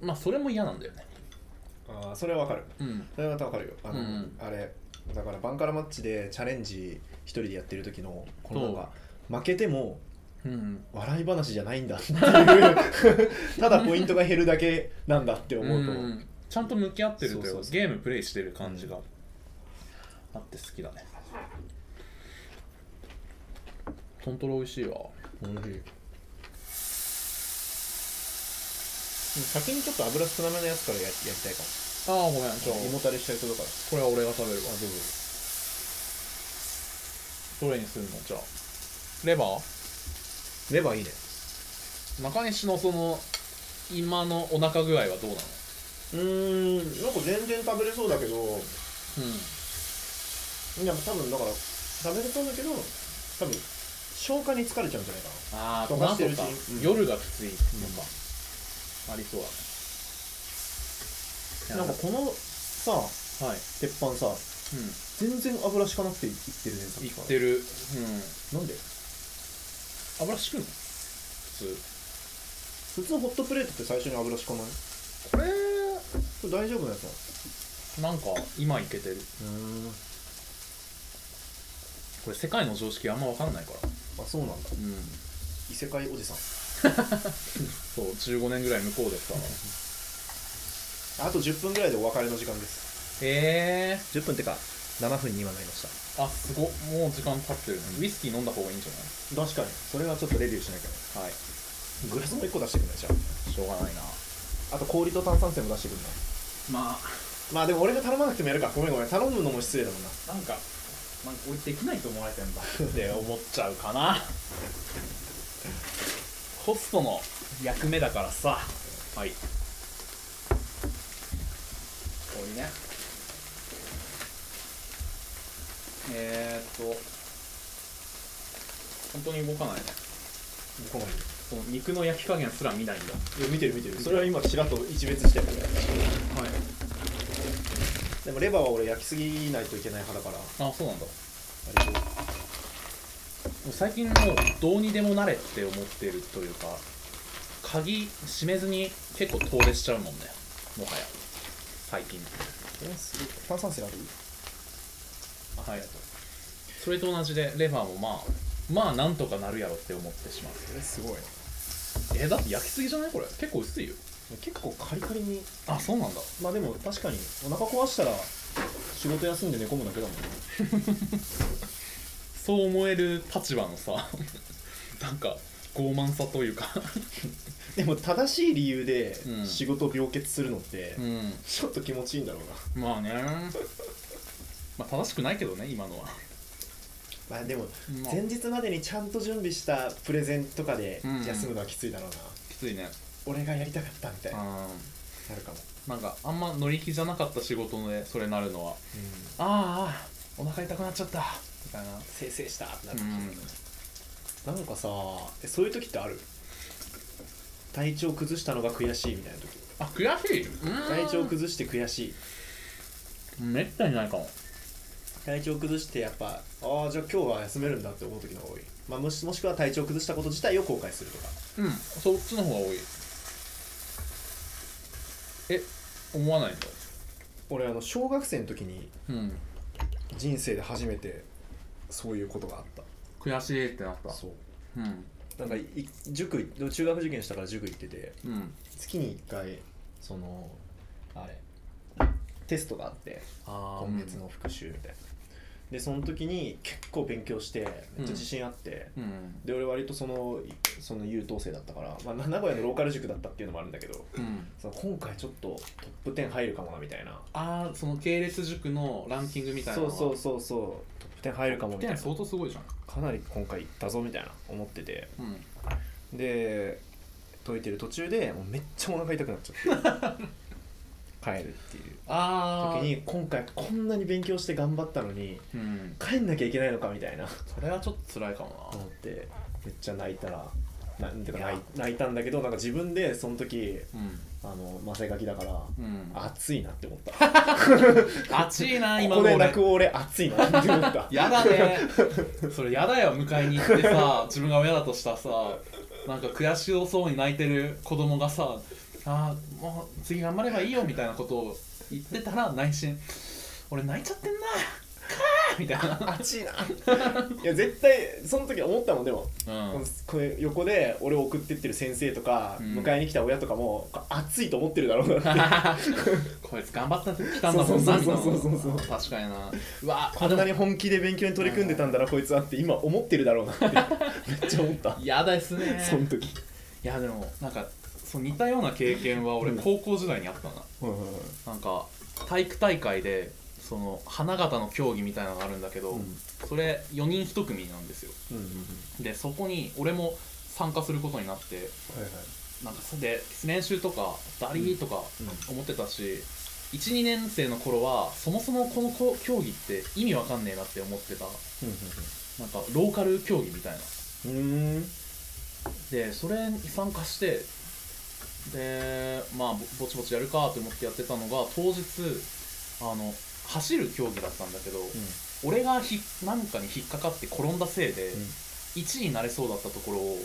B: まあそれも嫌なんだよね
A: ああそれはわかる
B: うん
A: それはまたわかるよあの、
B: うん
A: あれだからバンカラマッチでチャレンジ一人でやってる時のこのなんか負けても
B: うん
A: 笑い話じゃないんだっていうただポイントが減るだけなんだって思うと、
B: んちゃんと向き合ってると
A: そうそうそう
B: ゲームプレイしてる感じがあって好きだねトントロ美味しいわ
A: うん先にちょっと油少なめのやつからややりたいかも
B: ああごめんじゃ
A: 胃も
B: あ
A: たれしちゃいそうだから
B: これは俺が食べるわ
A: どうぞ
B: どれにするのじゃあレバー
A: レバーいいね
B: 中西のその今のお腹具合はどうなの
A: うーんなんか全然食べれそうだけど
B: う
A: いや多分だから食べれそうだけど多分消化に疲れちゃうんじゃないかなん
B: ああ
A: 溶かしてるうちにうん
B: 夜がきついとか、ありそうだねいや
A: なんかこのさ
B: はい
A: 鉄板さ
B: う
A: 全然油敷かなくていってるねさっき
B: んい
A: から
B: ってるうん
A: なんで
B: 油敷くの普通
A: 普通ホットプレートって最初に油敷かない
B: これ
A: これ大丈夫なやつなの
B: なんか今いけてる
A: うん
B: これ世界の常識あんま分かんないから
A: あそうなんだ
B: うん
A: 異世界おじさん
B: そう15年ぐらい向こうでさ
A: あと10分ぐらいでお別れの時間です
B: へえ
A: 10分ってか7分に今なりました
B: あすごっもう時間経ってるねウイスキー飲んだ方がいいんじ
A: 確かにそれはちょっとレビューしなきゃね
B: ゃないは
A: グラスも1個出してくんないじゃん
B: いしょうがないな
A: あと氷と炭酸泉も出してくんない
B: ま
A: まあでも俺が頼まなくてもやるかごめんごめん頼むのも失礼だもんな
B: あなんかなんか俺できないと思われてんだって思っちゃうかなホストの役目だからさはい氷ねえー、っと本当に動かないね
A: この
B: この肉の焼き加減すら見ないんだ
A: いや見てる見てるそれは今ちらっと一別してる
B: はい
A: でもレバーは俺焼きすぎないといけない派だから
B: あそうなんだ
A: 割と
B: 最近もうどうにでもなれって思ってるというか鍵閉めずに結構遠出しちゃうもんねもはや最近
A: えすごい炭酸泉ある
B: はいそれと同じでレバーもまあまあなんとかなるやろって思ってしまう
A: えすごいな
B: えだって焼きすぎじゃないこれ結構薄いよ
A: 結構カリカリに
B: あそうなんだ
A: まあでも確かにお腹壊したら仕事休んで寝込むだけだもんね
B: そう思える立場のさ なんか傲慢さというか
A: でも正しい理由で
B: うん
A: 仕事を病欠するのって、
B: うん
A: ちょっと気持ちいいんだろうな
B: まあね まあ正しくないけどね今のは、
A: まあでも
B: まあ
A: 前日までにちゃんと準備したプレゼンとかで
B: うん
A: 休むのはきついだろうな、
B: きついね
A: 俺がやりたかったみたいな
B: う
A: なるかも、
B: んなんかあんま乗り気じゃなかった仕事でそれなるのはあーあーお腹痛くなっちゃったみたいな
A: 生成したってなる、
B: う
A: なんかさえそういう時ってある体調崩したのが悔しいみたいな時
B: んあ悔しい
A: 体調崩して悔しい
B: めったにないかも
A: 体調崩してやっぱああじゃあ今日は休めるんだって思う時の方が多い、まあ、もしもしくは体調崩したこと自体を後悔するとか
B: うんそっちの方が多いえ思わないんだ
A: 俺あの小学生の時に
B: うん
A: 人生で初めてそういうことがあった
B: 悔しいってなった
A: そう
B: うん
A: なんかい塾でも中学受験したから塾行ってて
B: うん
A: 月に1回そのあれテストがあって
B: あ
A: 今月の復習みたいなでその時に結構勉強してめっちゃ自信あって、
B: うん
A: で俺割とそのいその優等生だったから、まあ、名古屋のローカル塾だったっていうのもあるんだけど
B: うん
A: その今回ちょっとトップ10入るかもなみたいな
B: ああその系列塾のランキングみたいな
A: そ
B: の
A: う
B: は
A: そうそうそうトップ10入るかもみたいな
B: 相当すごいじゃん
A: かなり今回いったぞみたいな思ってて
B: うん
A: で解いてる途中でもうめっちゃお腹痛くなっちゃって 帰るっていう
B: ああ
A: 時に今回こんなに勉強して頑張ったのに
B: うん
A: 帰んなきゃいけないのかみたいな
B: それはちょっと辛いかも
A: 思ってめっちゃ泣いたらななんていうか泣い泣いたんだけどなんか自分でその時
B: なうん
A: あのマセガキだから
B: うん
A: 暑いなって思った
B: 暑いな今
A: ここ
B: の
A: で
B: 俺
A: 泣く俺暑いなって思った
B: やだねそれやだよ迎えに行ってさ 自分が親だとしたらさなんか悔しそうに泣いてる子供がさあーもう次頑張ればいいよみたいなことを言ってたら内心俺泣いちゃってんなかーみたいな
A: 暑いないや絶対その時思ったもんでも、
B: うん
A: これ横で俺を送ってってる先生とか、
B: うん
A: 迎えに来た親とかもこれ暑いと思ってるだろうなって
B: こいつ頑張ってきたんだもん
A: そ
B: な
A: う
B: み
A: そ
B: た
A: う
B: い
A: そうそうそうそう
B: な確かになうわ
A: こんなに本気で勉強に取り組んでたんだなこいつはって今思ってるだろうなってめっちゃ思った
B: やだですね
A: その時、
B: いやでもなんかそう似たような経験は俺
A: うん
B: 高校時代にあったな、
A: うんうんうん
B: なんか体育大会でその花形の競技みたいなのがあるんだけど、
A: うん
B: それ4人1組なんですよ
A: うんうん
B: でそこに俺も参加することになって
A: はいはい
B: なんかそれで練習とかダリーとか思ってたし、12年生の頃はそもそもこのこ競技って意味わかんねえなって思ってたなんかローカル競技みたいな
A: うんうんうんうーん
B: でそれに参加してでまあぼぼちぼちやるかと思ってやってたのが当日あの走る競技だったんだけど、俺がひ何かに引っかかって転んだせいで、
A: うん
B: 1位になれそうだったところを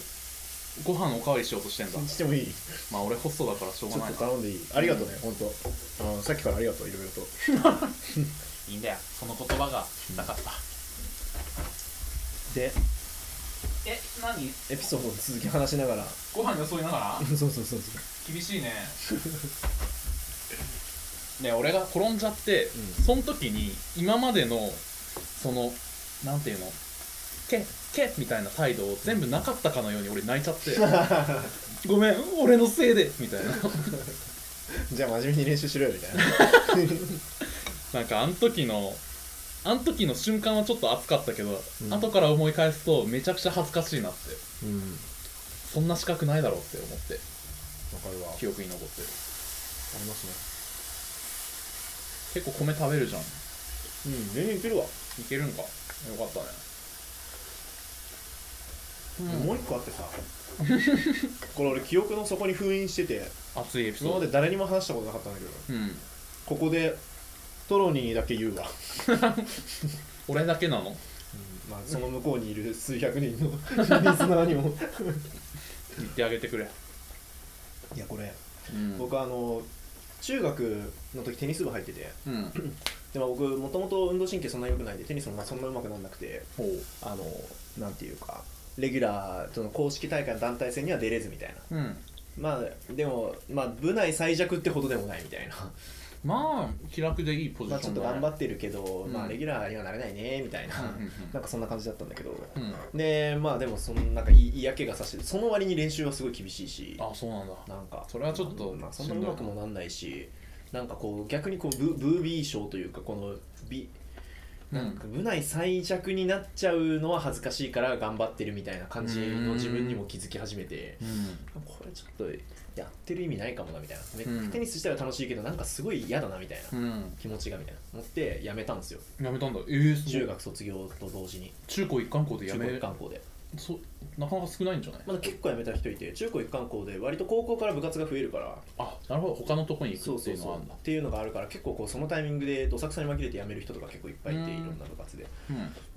B: ご飯おかわりしようとしてんだ
A: 信じてもいい
B: まあ俺ホストだからしょう
A: ち
B: が
A: ょ
B: な
A: っ
B: い
A: と
B: な
A: 頼んでいいありがとうね本当あのさっきからありがとういろいろと
B: いいんだよその言葉がなかった、
A: で
B: え何
A: エピソードの続き話しながら
B: ご飯よそいながら
A: そうそうそうそう
B: 厳 しいねね俺が転んじゃって、
A: うん
B: その時に今までのそのなんていうのけけみたいな態度を全部なかったかのように俺泣いちゃって ごめん俺のせいでみたいな
A: じゃあ真面目に練習しろよみた いな
B: なんかあの時のあの時の瞬間はちょっと熱かったけど、
A: うん
B: 後から思い返すとめちゃくちゃ恥ずかしいなって
A: うん
B: そんな資格ないだろうって思って
A: わかるわあ
B: 記憶に残ってる
A: ります
B: 結構米食べるじゃんい
A: ねうん全然いけるわ、
B: けるんかよかったね
A: もう一個あってさこれ俺記憶の底に封印してて
B: 熱いエピソー
A: 今
B: ド
A: まで誰にも話したことなかったんだけど
B: うん
A: ここでトロニーだけ言うわ、
B: 俺だけなの
A: まあ、その向こうにいる数百人の リスナーにも
B: 言ってあげてくれ、
A: いやこれ
B: うん
A: 僕あの中学の時テニス部入ってて
B: うん
A: でも僕もともと運動神経そんなに良くないんでテニスもまあそんな上手くなんなくて
B: ほう
A: あのなんていうかレギュラーとの公式大会の団体戦には出れずみたいな
B: うん
A: まあでもまあ部内最弱ってほどでもないみたいな
B: まあ気楽でいいポジ
A: まあ
B: シ
A: ち
B: ョ
A: ょっ
B: ン
A: と
B: だ、ね
A: 頑張ってるけど、
B: うん
A: まあレギュラーにはなれないねみたいな、
B: うんうんうん
A: なんかそんな感じだったんだけど、
B: うん
A: でまあでもそのなんかい嫌気がさしてその割に練習はすごい厳しいし
B: あそうなんだ
A: なんか
B: それはちょっと
A: まあ、そんなうまくもなんないしなんかこう逆にこうブブービー賞というかこのビなんか部内最弱になっちゃうのは恥ずかしいから頑張ってるみたいな感じの自分にも気づき始めて
B: うん
A: これちょっとやってる意味ないかもなみたいなめ
B: うん
A: テニス自体は楽しいけどなんかすごい嫌だなみたいな
B: うん
A: 気持ちがみたいな思ってやめたんですよ
B: やめたんだえー、す
A: 中
B: ごい
A: 学卒業と同時に
B: 中高一貫校でや
A: 中
B: め
A: 高一貫校で
B: そうなかなか少ないんじゃない
A: まだ結構やめた人いて中高一貫校で割と高校から部活が増えるから
B: あなるほど他のとこに行
A: そ
B: く
A: う
B: って
A: そ
B: いううの
A: そう
B: はあ
A: っ
B: るんだ
A: ていうのがあるから結構こうそのタイミングでどさくさに紛れて辞める人とか結構いっぱいいて
B: うん
A: いろんな部活で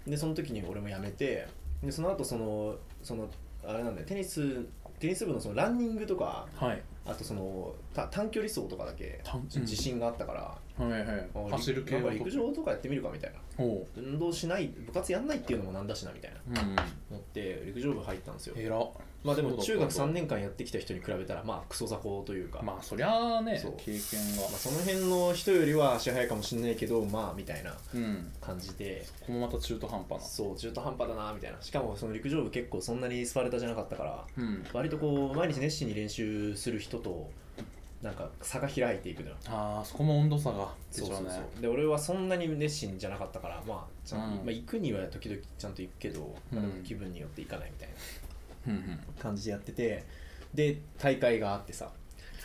A: でその時に俺も辞めてでその後そのそのあれなんだよテニステニス部のそのランニングとか
B: うんはい
A: あとそのた短距離走とかだけ
B: 短うん
A: 自信があったから、
B: はいはい
A: あ
B: 走る系
A: なんか
B: は
A: 陸上とかやってみるかみたいな
B: おう
A: 運動しない部活やんないっていうのもなんだしなみたいな
B: うん
A: 思って陸上部入ったんですよ
B: えら
A: まあでも中学3
B: 年
A: 年間やってきた人に比べたらまあクソ雑魚というか
B: まあそりゃあね
A: そう
B: 経験が
A: まあ、その辺の人よりは足早いかもしれないけどまあみたいな
B: うん
A: 感じで
B: ここもまた中途半端な
A: そう中途半端だなみたいなしかもその陸上部結構そんなにスパルタじゃなかったから
B: うん
A: 割とこう毎日熱心に練習する人となんか差が開いていくのよ
B: あーそこも温度差が出
A: そう
B: ち
A: そ
B: ゃ
A: う
B: う
A: そう、
B: ね
A: で俺はそんなに熱心じゃなかったからまあちゃんと、
B: うん
A: まあ、行くには時々ちゃんと行くけど、
B: うん
A: なんか気分によって行かないみたいな
B: うんうん
A: 感じでやっててで大会があってさ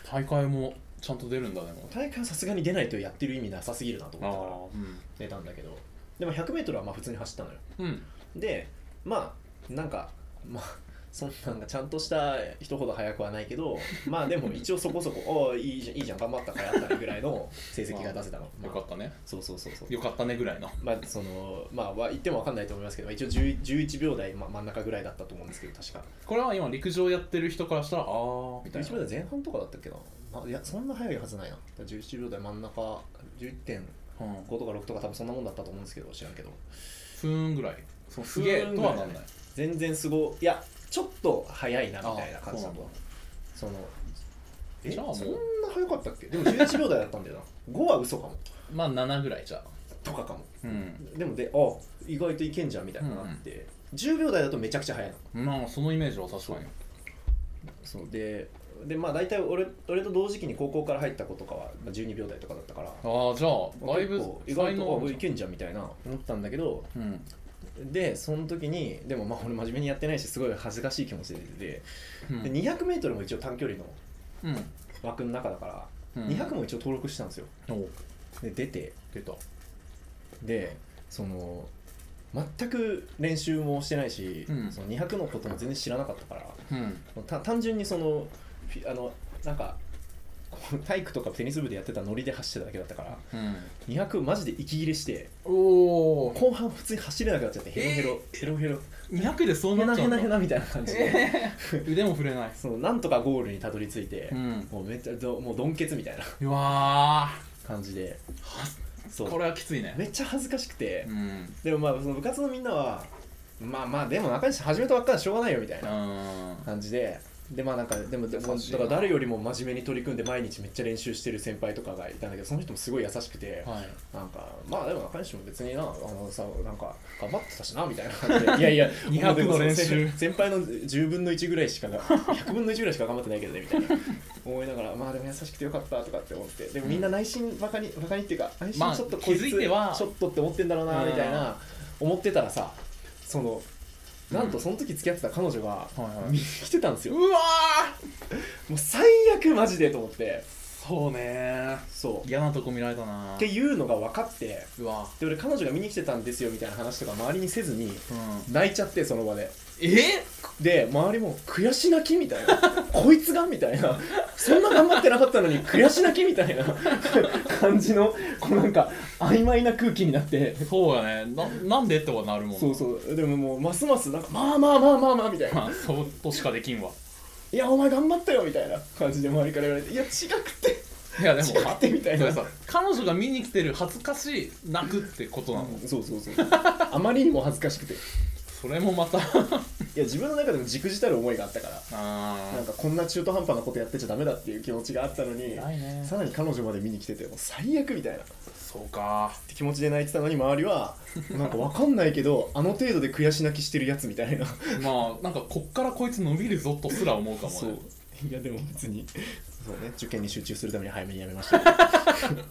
B: 大会もちゃんと出るんだねもう
A: 大会はさすがに出ないとやってる意味なさすぎるなと思ったから
B: あうん
A: 出たんだけどでも 100m はまあ普通に走ったのよ
B: うん
A: でまあなんかまあそんなんかちゃんとした人ほど速くはないけどまあでも一応そこそこ おういいじゃんいいじゃん頑張ったからやったねぐらいの成績が出せたの、まあ
B: よかったね
A: そうそうそうそう
B: よかったねぐらいの
A: まあそのまあは言っても分かんないと思いますけどまあ一応10 11秒台、まあ、真ん中ぐらいだったと思うんですけど確か
B: これは今陸上やってる人からしたらああみたいな
A: 11秒台前半とかだったっけな、まあ、いやそんな速いはずないなだから11秒台真ん中11.5
B: うん
A: とか6とか多分そんなもんだったと思うんですけど知らんけど
B: ふーんぐらいそのすげえとはなんない
A: 全然すごいやちょっと早いなみたいな感じだ
B: あ
A: と
B: そうな
A: そ
B: んだ
A: のえ
B: じゃあもう
A: そんな早かったっけでも11秒台だったんだよな5は嘘かも
B: まあ7ぐらいじゃあ
A: とかかも
B: うん
A: でもであ意外といけんじゃんみたいなのがあって、10秒台だとめちゃくちゃ早いの
B: まあそのイメージは確かに
A: そうででまあ大体俺俺と同時期に高校から入った子とかはまあ12秒台とかだったから
B: ああじゃあだいぶ
A: 結構意
B: 才
A: 外
B: 能あ
A: とあ
B: る
A: い
B: じ
A: けんじゃんみたいな思ったんだけど
B: ゃんうん
A: でその時にでもまあ俺真面目にやってないしすごい恥ずかしい気持ちで出て
B: うん
A: で 200m も一応短距離の
B: うん
A: 枠の中だから
B: うん
A: 200も一応登録したんですよ
B: お
A: で出て
B: 出た
A: でその全く練習もしてないし、
B: うん
A: その200のことも全然知らなかったから
B: うん
A: もうた単純にそのフィあのなんかこう体育とかテニス部でやってたノリで走ってただけだったから
B: うん
A: 200マジで息切れして
B: おお
A: 後半普通に走れなくなっちゃってヘロヘロ、ヘロヘロ
B: 200でそう
A: ヘ
B: な
A: ナ
B: っち
A: ヘ
B: ゃうんだ
A: ナヘナみたいな感じで、
B: 腕も振れない
A: そのなんとかゴールにたどり着いて、
B: うん
A: もうめっちゃどもう鈍血みたいな
B: うわ
A: 感じで
B: ーは
A: そう
B: これはきついね
A: めっちゃ恥ずかしくて、
B: うん
A: でもまあその部活のみんなはまあまあでも仲良し始めたばっかりしょうがないよみたいな
B: うん
A: 感じででまあなんかでもでも
B: 優しい
A: だ
B: な
A: から誰よりも真面目に取り組んで毎日めっちゃ練習してる先輩とかがいたんだけどその人もすごい優しくて
B: はい
A: なんかまあでも仲良しも別になあのさなんか頑張ってたしなみたいな感じでいやいや
B: 200
A: でも
B: の練習
A: 先先輩の10分の1ぐらいしかが100分の1ぐらいしか頑張ってないけどねみたいな思いながらまあでも優しくてよかったとかって思ってでもみんな内心バカにバカにっていうか内心
B: まあ
A: ちょっとこいつ
B: 気づいては
A: ちょっとって思ってんだろうなみたいな思ってたらさそのなんとその時付き合ってた彼女が
B: はいはい
A: 見に来てたんですよも
B: うわ
A: う最悪マジでと思って
B: そうね
A: そう
B: 嫌なとこ見られたな
A: っていうのが分かって
B: うわ
A: で俺彼女が見に来てたんですよみたいな話とか周りにせずに
B: うん
A: 泣いちゃってその場で
B: え
A: で周りも悔し泣きみたいなこいつがみたいなそんな頑張ってなかったのに悔し泣きみたいな感じのこうなんか曖昧な空気になって
B: そうやねななんでってはなるもん
A: そうそうでももうますますなんかまあまあまあまあまあみたいな
B: まあそうとしかできんわ
A: いやお前頑張ったよみたいな感じで周りから言われていや違くて
B: いやでも
A: 違くてみたい
B: そ
A: な
B: れさ彼女が見に来てる恥ずかしい泣くってことなの、
A: うんそうそうそうあまりにも恥ずかしくて
B: それもま た
A: いや自分の中でもじくじたる思いがあったから
B: あ
A: なんかこんな中途半端なことやってちゃダメだっていう気持ちがあったのに
B: 偉いね
A: さらに彼女まで見に来ててもう最悪みたいなっ
B: そうか
A: て気持ちで泣いてたのに周りはなんかわかんないけどあの程度で悔し泣きしてるやつみたいな
B: まあなんかこっからこいつ伸びるぞとすら思うかもね
A: そういやでも別にそうね受験に集中するために早めにやめま したけど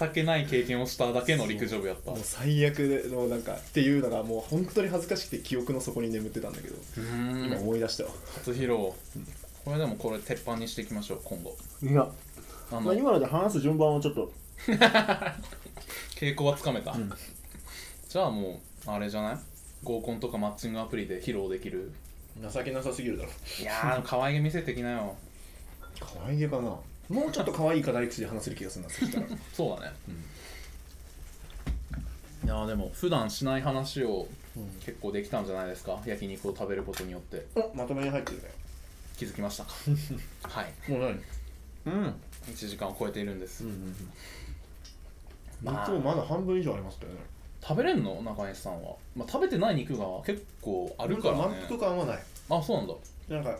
B: 情けない経験をしただけの陸上部やった
A: もう最悪のなんかっていうのがもう本当に恥ずかしくて記憶の底に眠ってたんだけど
B: う
A: 今
B: ん
A: 思い出したわ
B: 初披露これでもこれ鉄板にしていきましょう今後
A: いや、
B: あ
A: ま
B: の
A: あ、今ので話す順番はちょっと
B: 傾向はつかめた、
A: ん
B: じゃあもうあれじゃない合コンとかマッチングアプリで披露できる
A: 情けなさすぎるだろ
B: いやー可愛げ見せてきなよ
A: 可愛げかなもうちょっと可愛い課題口で話せる気がするなそしたら
B: そうだね、
A: うん
B: いやーでも普段しない話を
A: うん
B: 結構できたんじゃないですか焼肉を食べることによって
A: おまとめに入ってるね
B: 気づきま したかはい
A: もう何うん
B: 1時間を超えているんです、
A: うんうんうん
B: まあ
A: いつもまだ半分以上ありますけどね
B: 食べれんの中西さんは、まあ、食べてない肉が結構あるから
A: なん
B: ね
A: 満腹感はない
B: あそうなんだ
A: なんか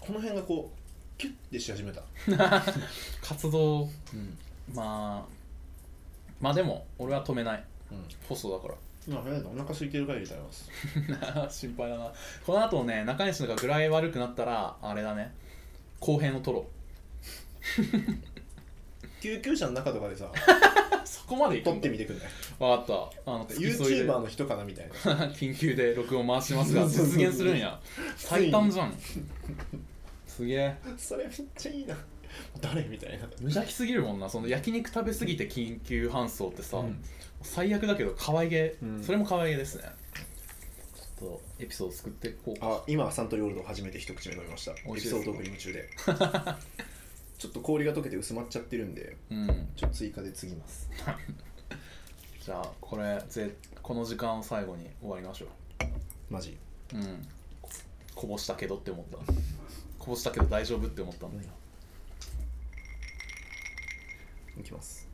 A: この辺がこうキュッてし始めた
B: 活動
A: うん、
B: まあまあでも俺は止めない
A: うん、
B: ホストだから
A: 今とりあえずお腹空いてるから入れてあります
B: 心配だなこの後ね中西のが具合悪くなったらあれだね後編を取ろ
A: 救急車の中とかで さ
B: うそこまで行
A: 撮
B: く
A: っ
B: んだ
A: てみて くんない
B: わかったあの付き添いで
A: YouTuber の人かなみたいな
B: 緊急で録音回しますが
A: そうそうそう
B: 実現するんや
A: つい
B: 最
A: に
B: 短じゃんすげえ
A: それめっちゃいいな誰みたいな
B: 無邪気すぎるもんなその焼肉食べ過ぎて緊急搬送ってさ、
A: うん
B: 最悪だけど可愛げ、
A: うん
B: それも可愛げですねちょっとエピソード作っていこうか
A: あ今サントリーオールドを初めて一口目飲みましたエ
B: 美味
A: ピ
B: しいです
A: ソードクリーム中で ちょっと氷が溶けて薄まっちゃってるんで
B: うん
A: ちょっと追加で継ぎます
B: じゃあこれぜこの時間を最後に終わりましょう
A: マジ
B: うんこぼしたけどって思ったこぼしたけど大丈夫って思ったんだよ
A: いきます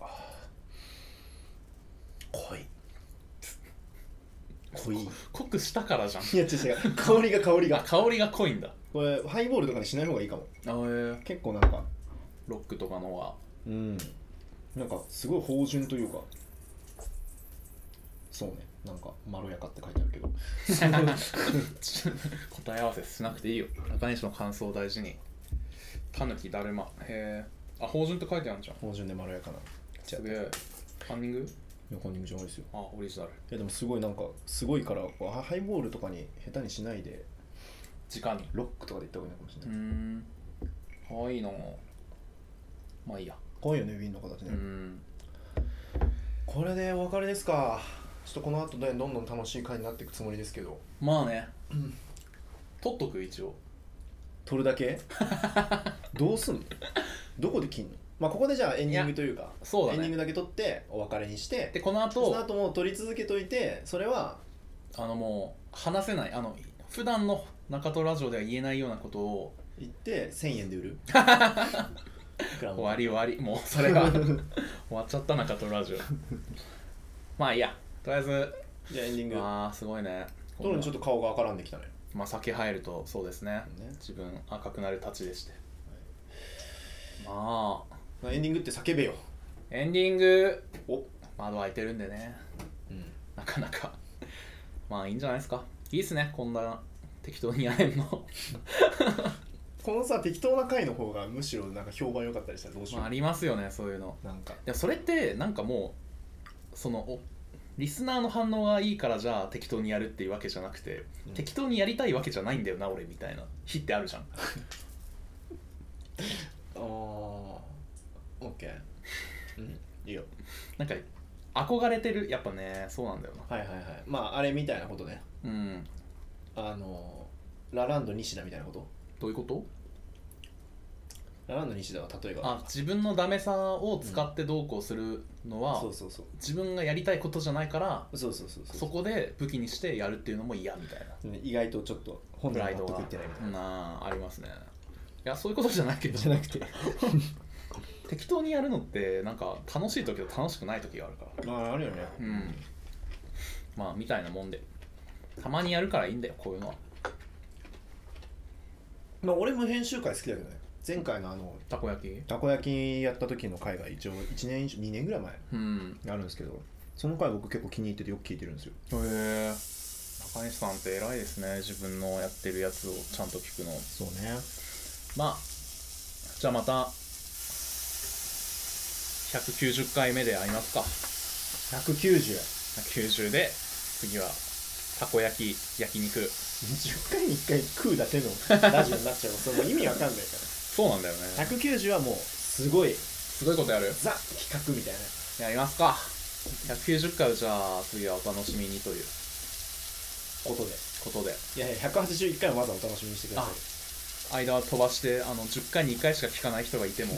A: あー 濃い濃いい
B: 濃くしたからじゃん
A: や違う違う香りが香り
B: あ
A: が
B: 香りが濃いんだあ
A: これハイボールとかにしない方がいいかも
B: えー
A: 結構なんか
B: ロックとかのは
A: うんなんかすごい芳醇というかそうねなんかまろやかって書いてあるけ ど
B: ち 答え合わせしなくていいよ中西の感想を大事にタヌキだるまへえあ芳醇って書いてあるじゃん
A: 芳醇でまろやかなじゃ
B: す
A: あ
B: げえカンニング
A: 横に無常ですよ
B: あオリジナル
A: いやでもすごいなんかすごいからこうハハイボールとかに下手にしないで
B: 直に
A: ロックとかでいった方がいいのかもしれ
B: う
A: ない、
B: ーんかわいいなまあいいや
A: 怖いよね瓶の形ね、
B: うん
A: これでお別れですかちょっとこの後ねどんどん楽しい回になっていくつもりですけど
B: まあね取っとく一応
A: 取るだけ どうすんのどこで切んのまあここでじゃあエンディングというか
B: そうだ
A: エンディン
B: ね
A: グだけ取ってお別れにして
B: でこの
A: その
B: 後
A: 後も取り続けといてそれは
B: あのもう話せないあの普段の中戸ラジオでは言えないようなことを
A: 行って1000円で 売る終
B: 終わり終わりもう それが終わっちゃった中戸ラジオまあいいやとりあえず
A: じゃあエンディング
B: あーすごいね
A: どのにちょっと顔が赤らんできたね
B: まあ酒入るとそうですね
A: ね
B: 自分赤くなるたちでしてまあ
A: まあエンディングって叫べよ
B: エンディング
A: お
B: 窓開いてるんでね
A: うん
B: なかなかまあいいんじゃないですかいいっすねこんな適当にやれ んの
A: このさ適当な回の方がむしろなんか評判良かったりしたらどうしよ
B: まあありますよねそういうの
A: うなんか
B: いやそれってなんかもうそのおリスナーの反応がいいからじゃあ適当にやるっていうわけじゃなくて、
A: うん
B: 適当にやりたいわけじゃないんだよな俺みたいな日ってあるじゃ ん
A: あーオッケーうんいいよ
B: なんか憧れてるやっぱねそうなんだよな
A: はいはいはいまああれみたいなことね
B: うん
A: あのーラランド西田みたいなこと
B: どういうこと
A: ラランド西田は例えば
B: あ自分のダメさを使ってどうこうするのは、
A: そうそうそう
B: 自分がやりたいことじゃないから
A: そうそうそうそう
B: そこで武器にしてやるっていうのも嫌みたいな
A: ね意外とちょっと本
B: プラ
A: 来
B: イド
A: 納
B: が
A: 得いってないみたいな
B: なあありますねいやそういうことじゃないけど
A: じゃなくて
B: 適当にやるのってなんか楽しい時と楽しくない時があるから
A: まああるよね
B: うんまあみたいなもんでたまにやるからいいんだよこういうのは
A: まあ俺も編集会好きだけどね前回のあの
B: たこ焼き
A: たこ焼きやった時の回が一応1年以上2年ぐらい前
B: うん
A: にあるんですけどその回僕結構気に入っててよく聞いてるんですよ
B: へえ中西さんって偉いですね自分のやってるやつをちゃんと聞くの
A: そうね
B: まあじゃあまた190回目で会いますか
A: 19010
B: 90で次はたこ焼き焼肉
A: 回に1回食うだけのラジオになっちゃうその意味わかんないか
B: そうなんだよ
A: ら
B: ね
A: 190はもうすごい
B: すごいことやる
A: ザ企画みたいな
B: やりますか190回をじゃあ次はお楽しみにという
A: ことで
B: ことで
A: いやいや181回はまずお楽しみにしてください
B: 間は飛ばしてあの10回に1回しか聞かない人がいても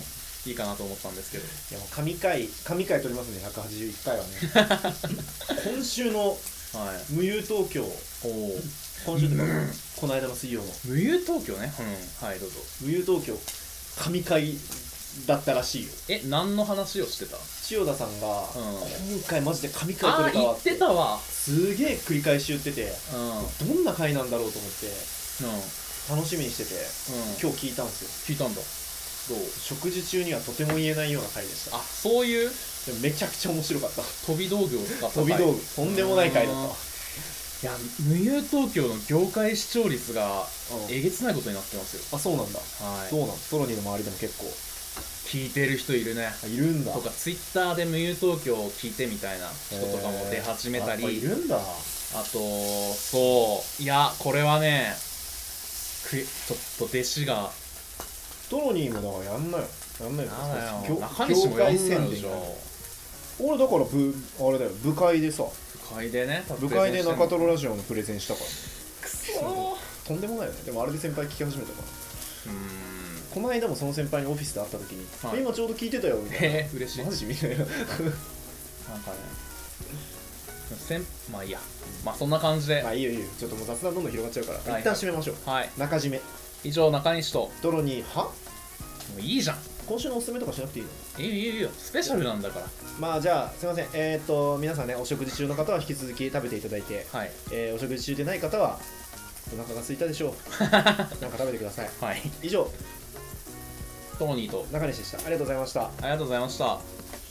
B: いいかなと思ったんですけど
A: いやもう神回神回取りますね181回はね 今週の
B: はい
A: 無友東京
B: おお
A: 今週とかこの間の水曜の
B: 無友東京ねうんはいどうぞ
A: 無友東京神回だったらしいよ
B: え何の話をしてた
A: 千代田さんが、
B: ん
A: 今回マジで神回
B: あ
A: 取
B: あ
A: れた
B: 言
A: わ
B: っ
A: って
B: てたわ
A: すげえ繰り返し言ってて
B: うんうん
A: どんな回なんだろうと思って
B: うん
A: 楽しみにしてて今日聞いたんですよ
B: 聞いたんだどう
A: 食事中にはとても言えないような回でした
B: あそういう
A: でもめちゃくちゃ面白かった
B: 飛び道具を使った
A: 飛び道具とんでもない回だったわ
B: いや無友東京の業界視聴率が
A: うん
B: えげつないことになってますよ
A: あそうなんだ
B: はい
A: どうなのトロニーの周りでも結構
B: 聞いてる人いるね
A: あいるんだ
B: とかツイッターで無友東京を聞いてみたいな人とかも出始めた
A: へー
B: り
A: やっぱいるんだ
B: あとそういやこれはねくちょっと弟子が
A: トロニーもだからやんなよやんなよ
B: なんだ
A: 業
B: よ中西もやん
A: 業界
B: なよ
A: 宣
B: じゃ
A: 伝
B: あ
A: が俺だから部あれだよ部会でさ
B: 部会でね
A: 部会で中ト
B: ト
A: ロラジオのプレゼンしたから
B: くそ
A: とんでもないよねでもあれで先輩聞き始めたから
B: うーん
A: この間もその先輩にオフィスで会った時に「
B: はい
A: 今ちょうど聞いてたよ」みたいな
B: へえ嬉 しい
A: マジみたいな
B: なんかねせんまあいいやまあそんな感じで
A: ま
B: は
A: あいいよいいよちょっともう雑談どんどん広がっちゃうから、
B: はい
A: 一旦締めましょう
B: い、
A: 中締め
B: 以上中西とも
A: ドロニーは
B: ういいじゃん
A: 今週のおすすめとかしなくていいの
B: いいよいいよいいよスペシャルなんだから
A: まあじゃあすいませんえー、っと皆さんねお食事中の方は引き続き食べていただいて、
B: はい
A: えーお食事中でない方はお腹が空いたでしょ うなんか食べてください
B: はい
A: 以上
B: トロニーと
A: 中西でしたありがとうございました
B: ありがとうございました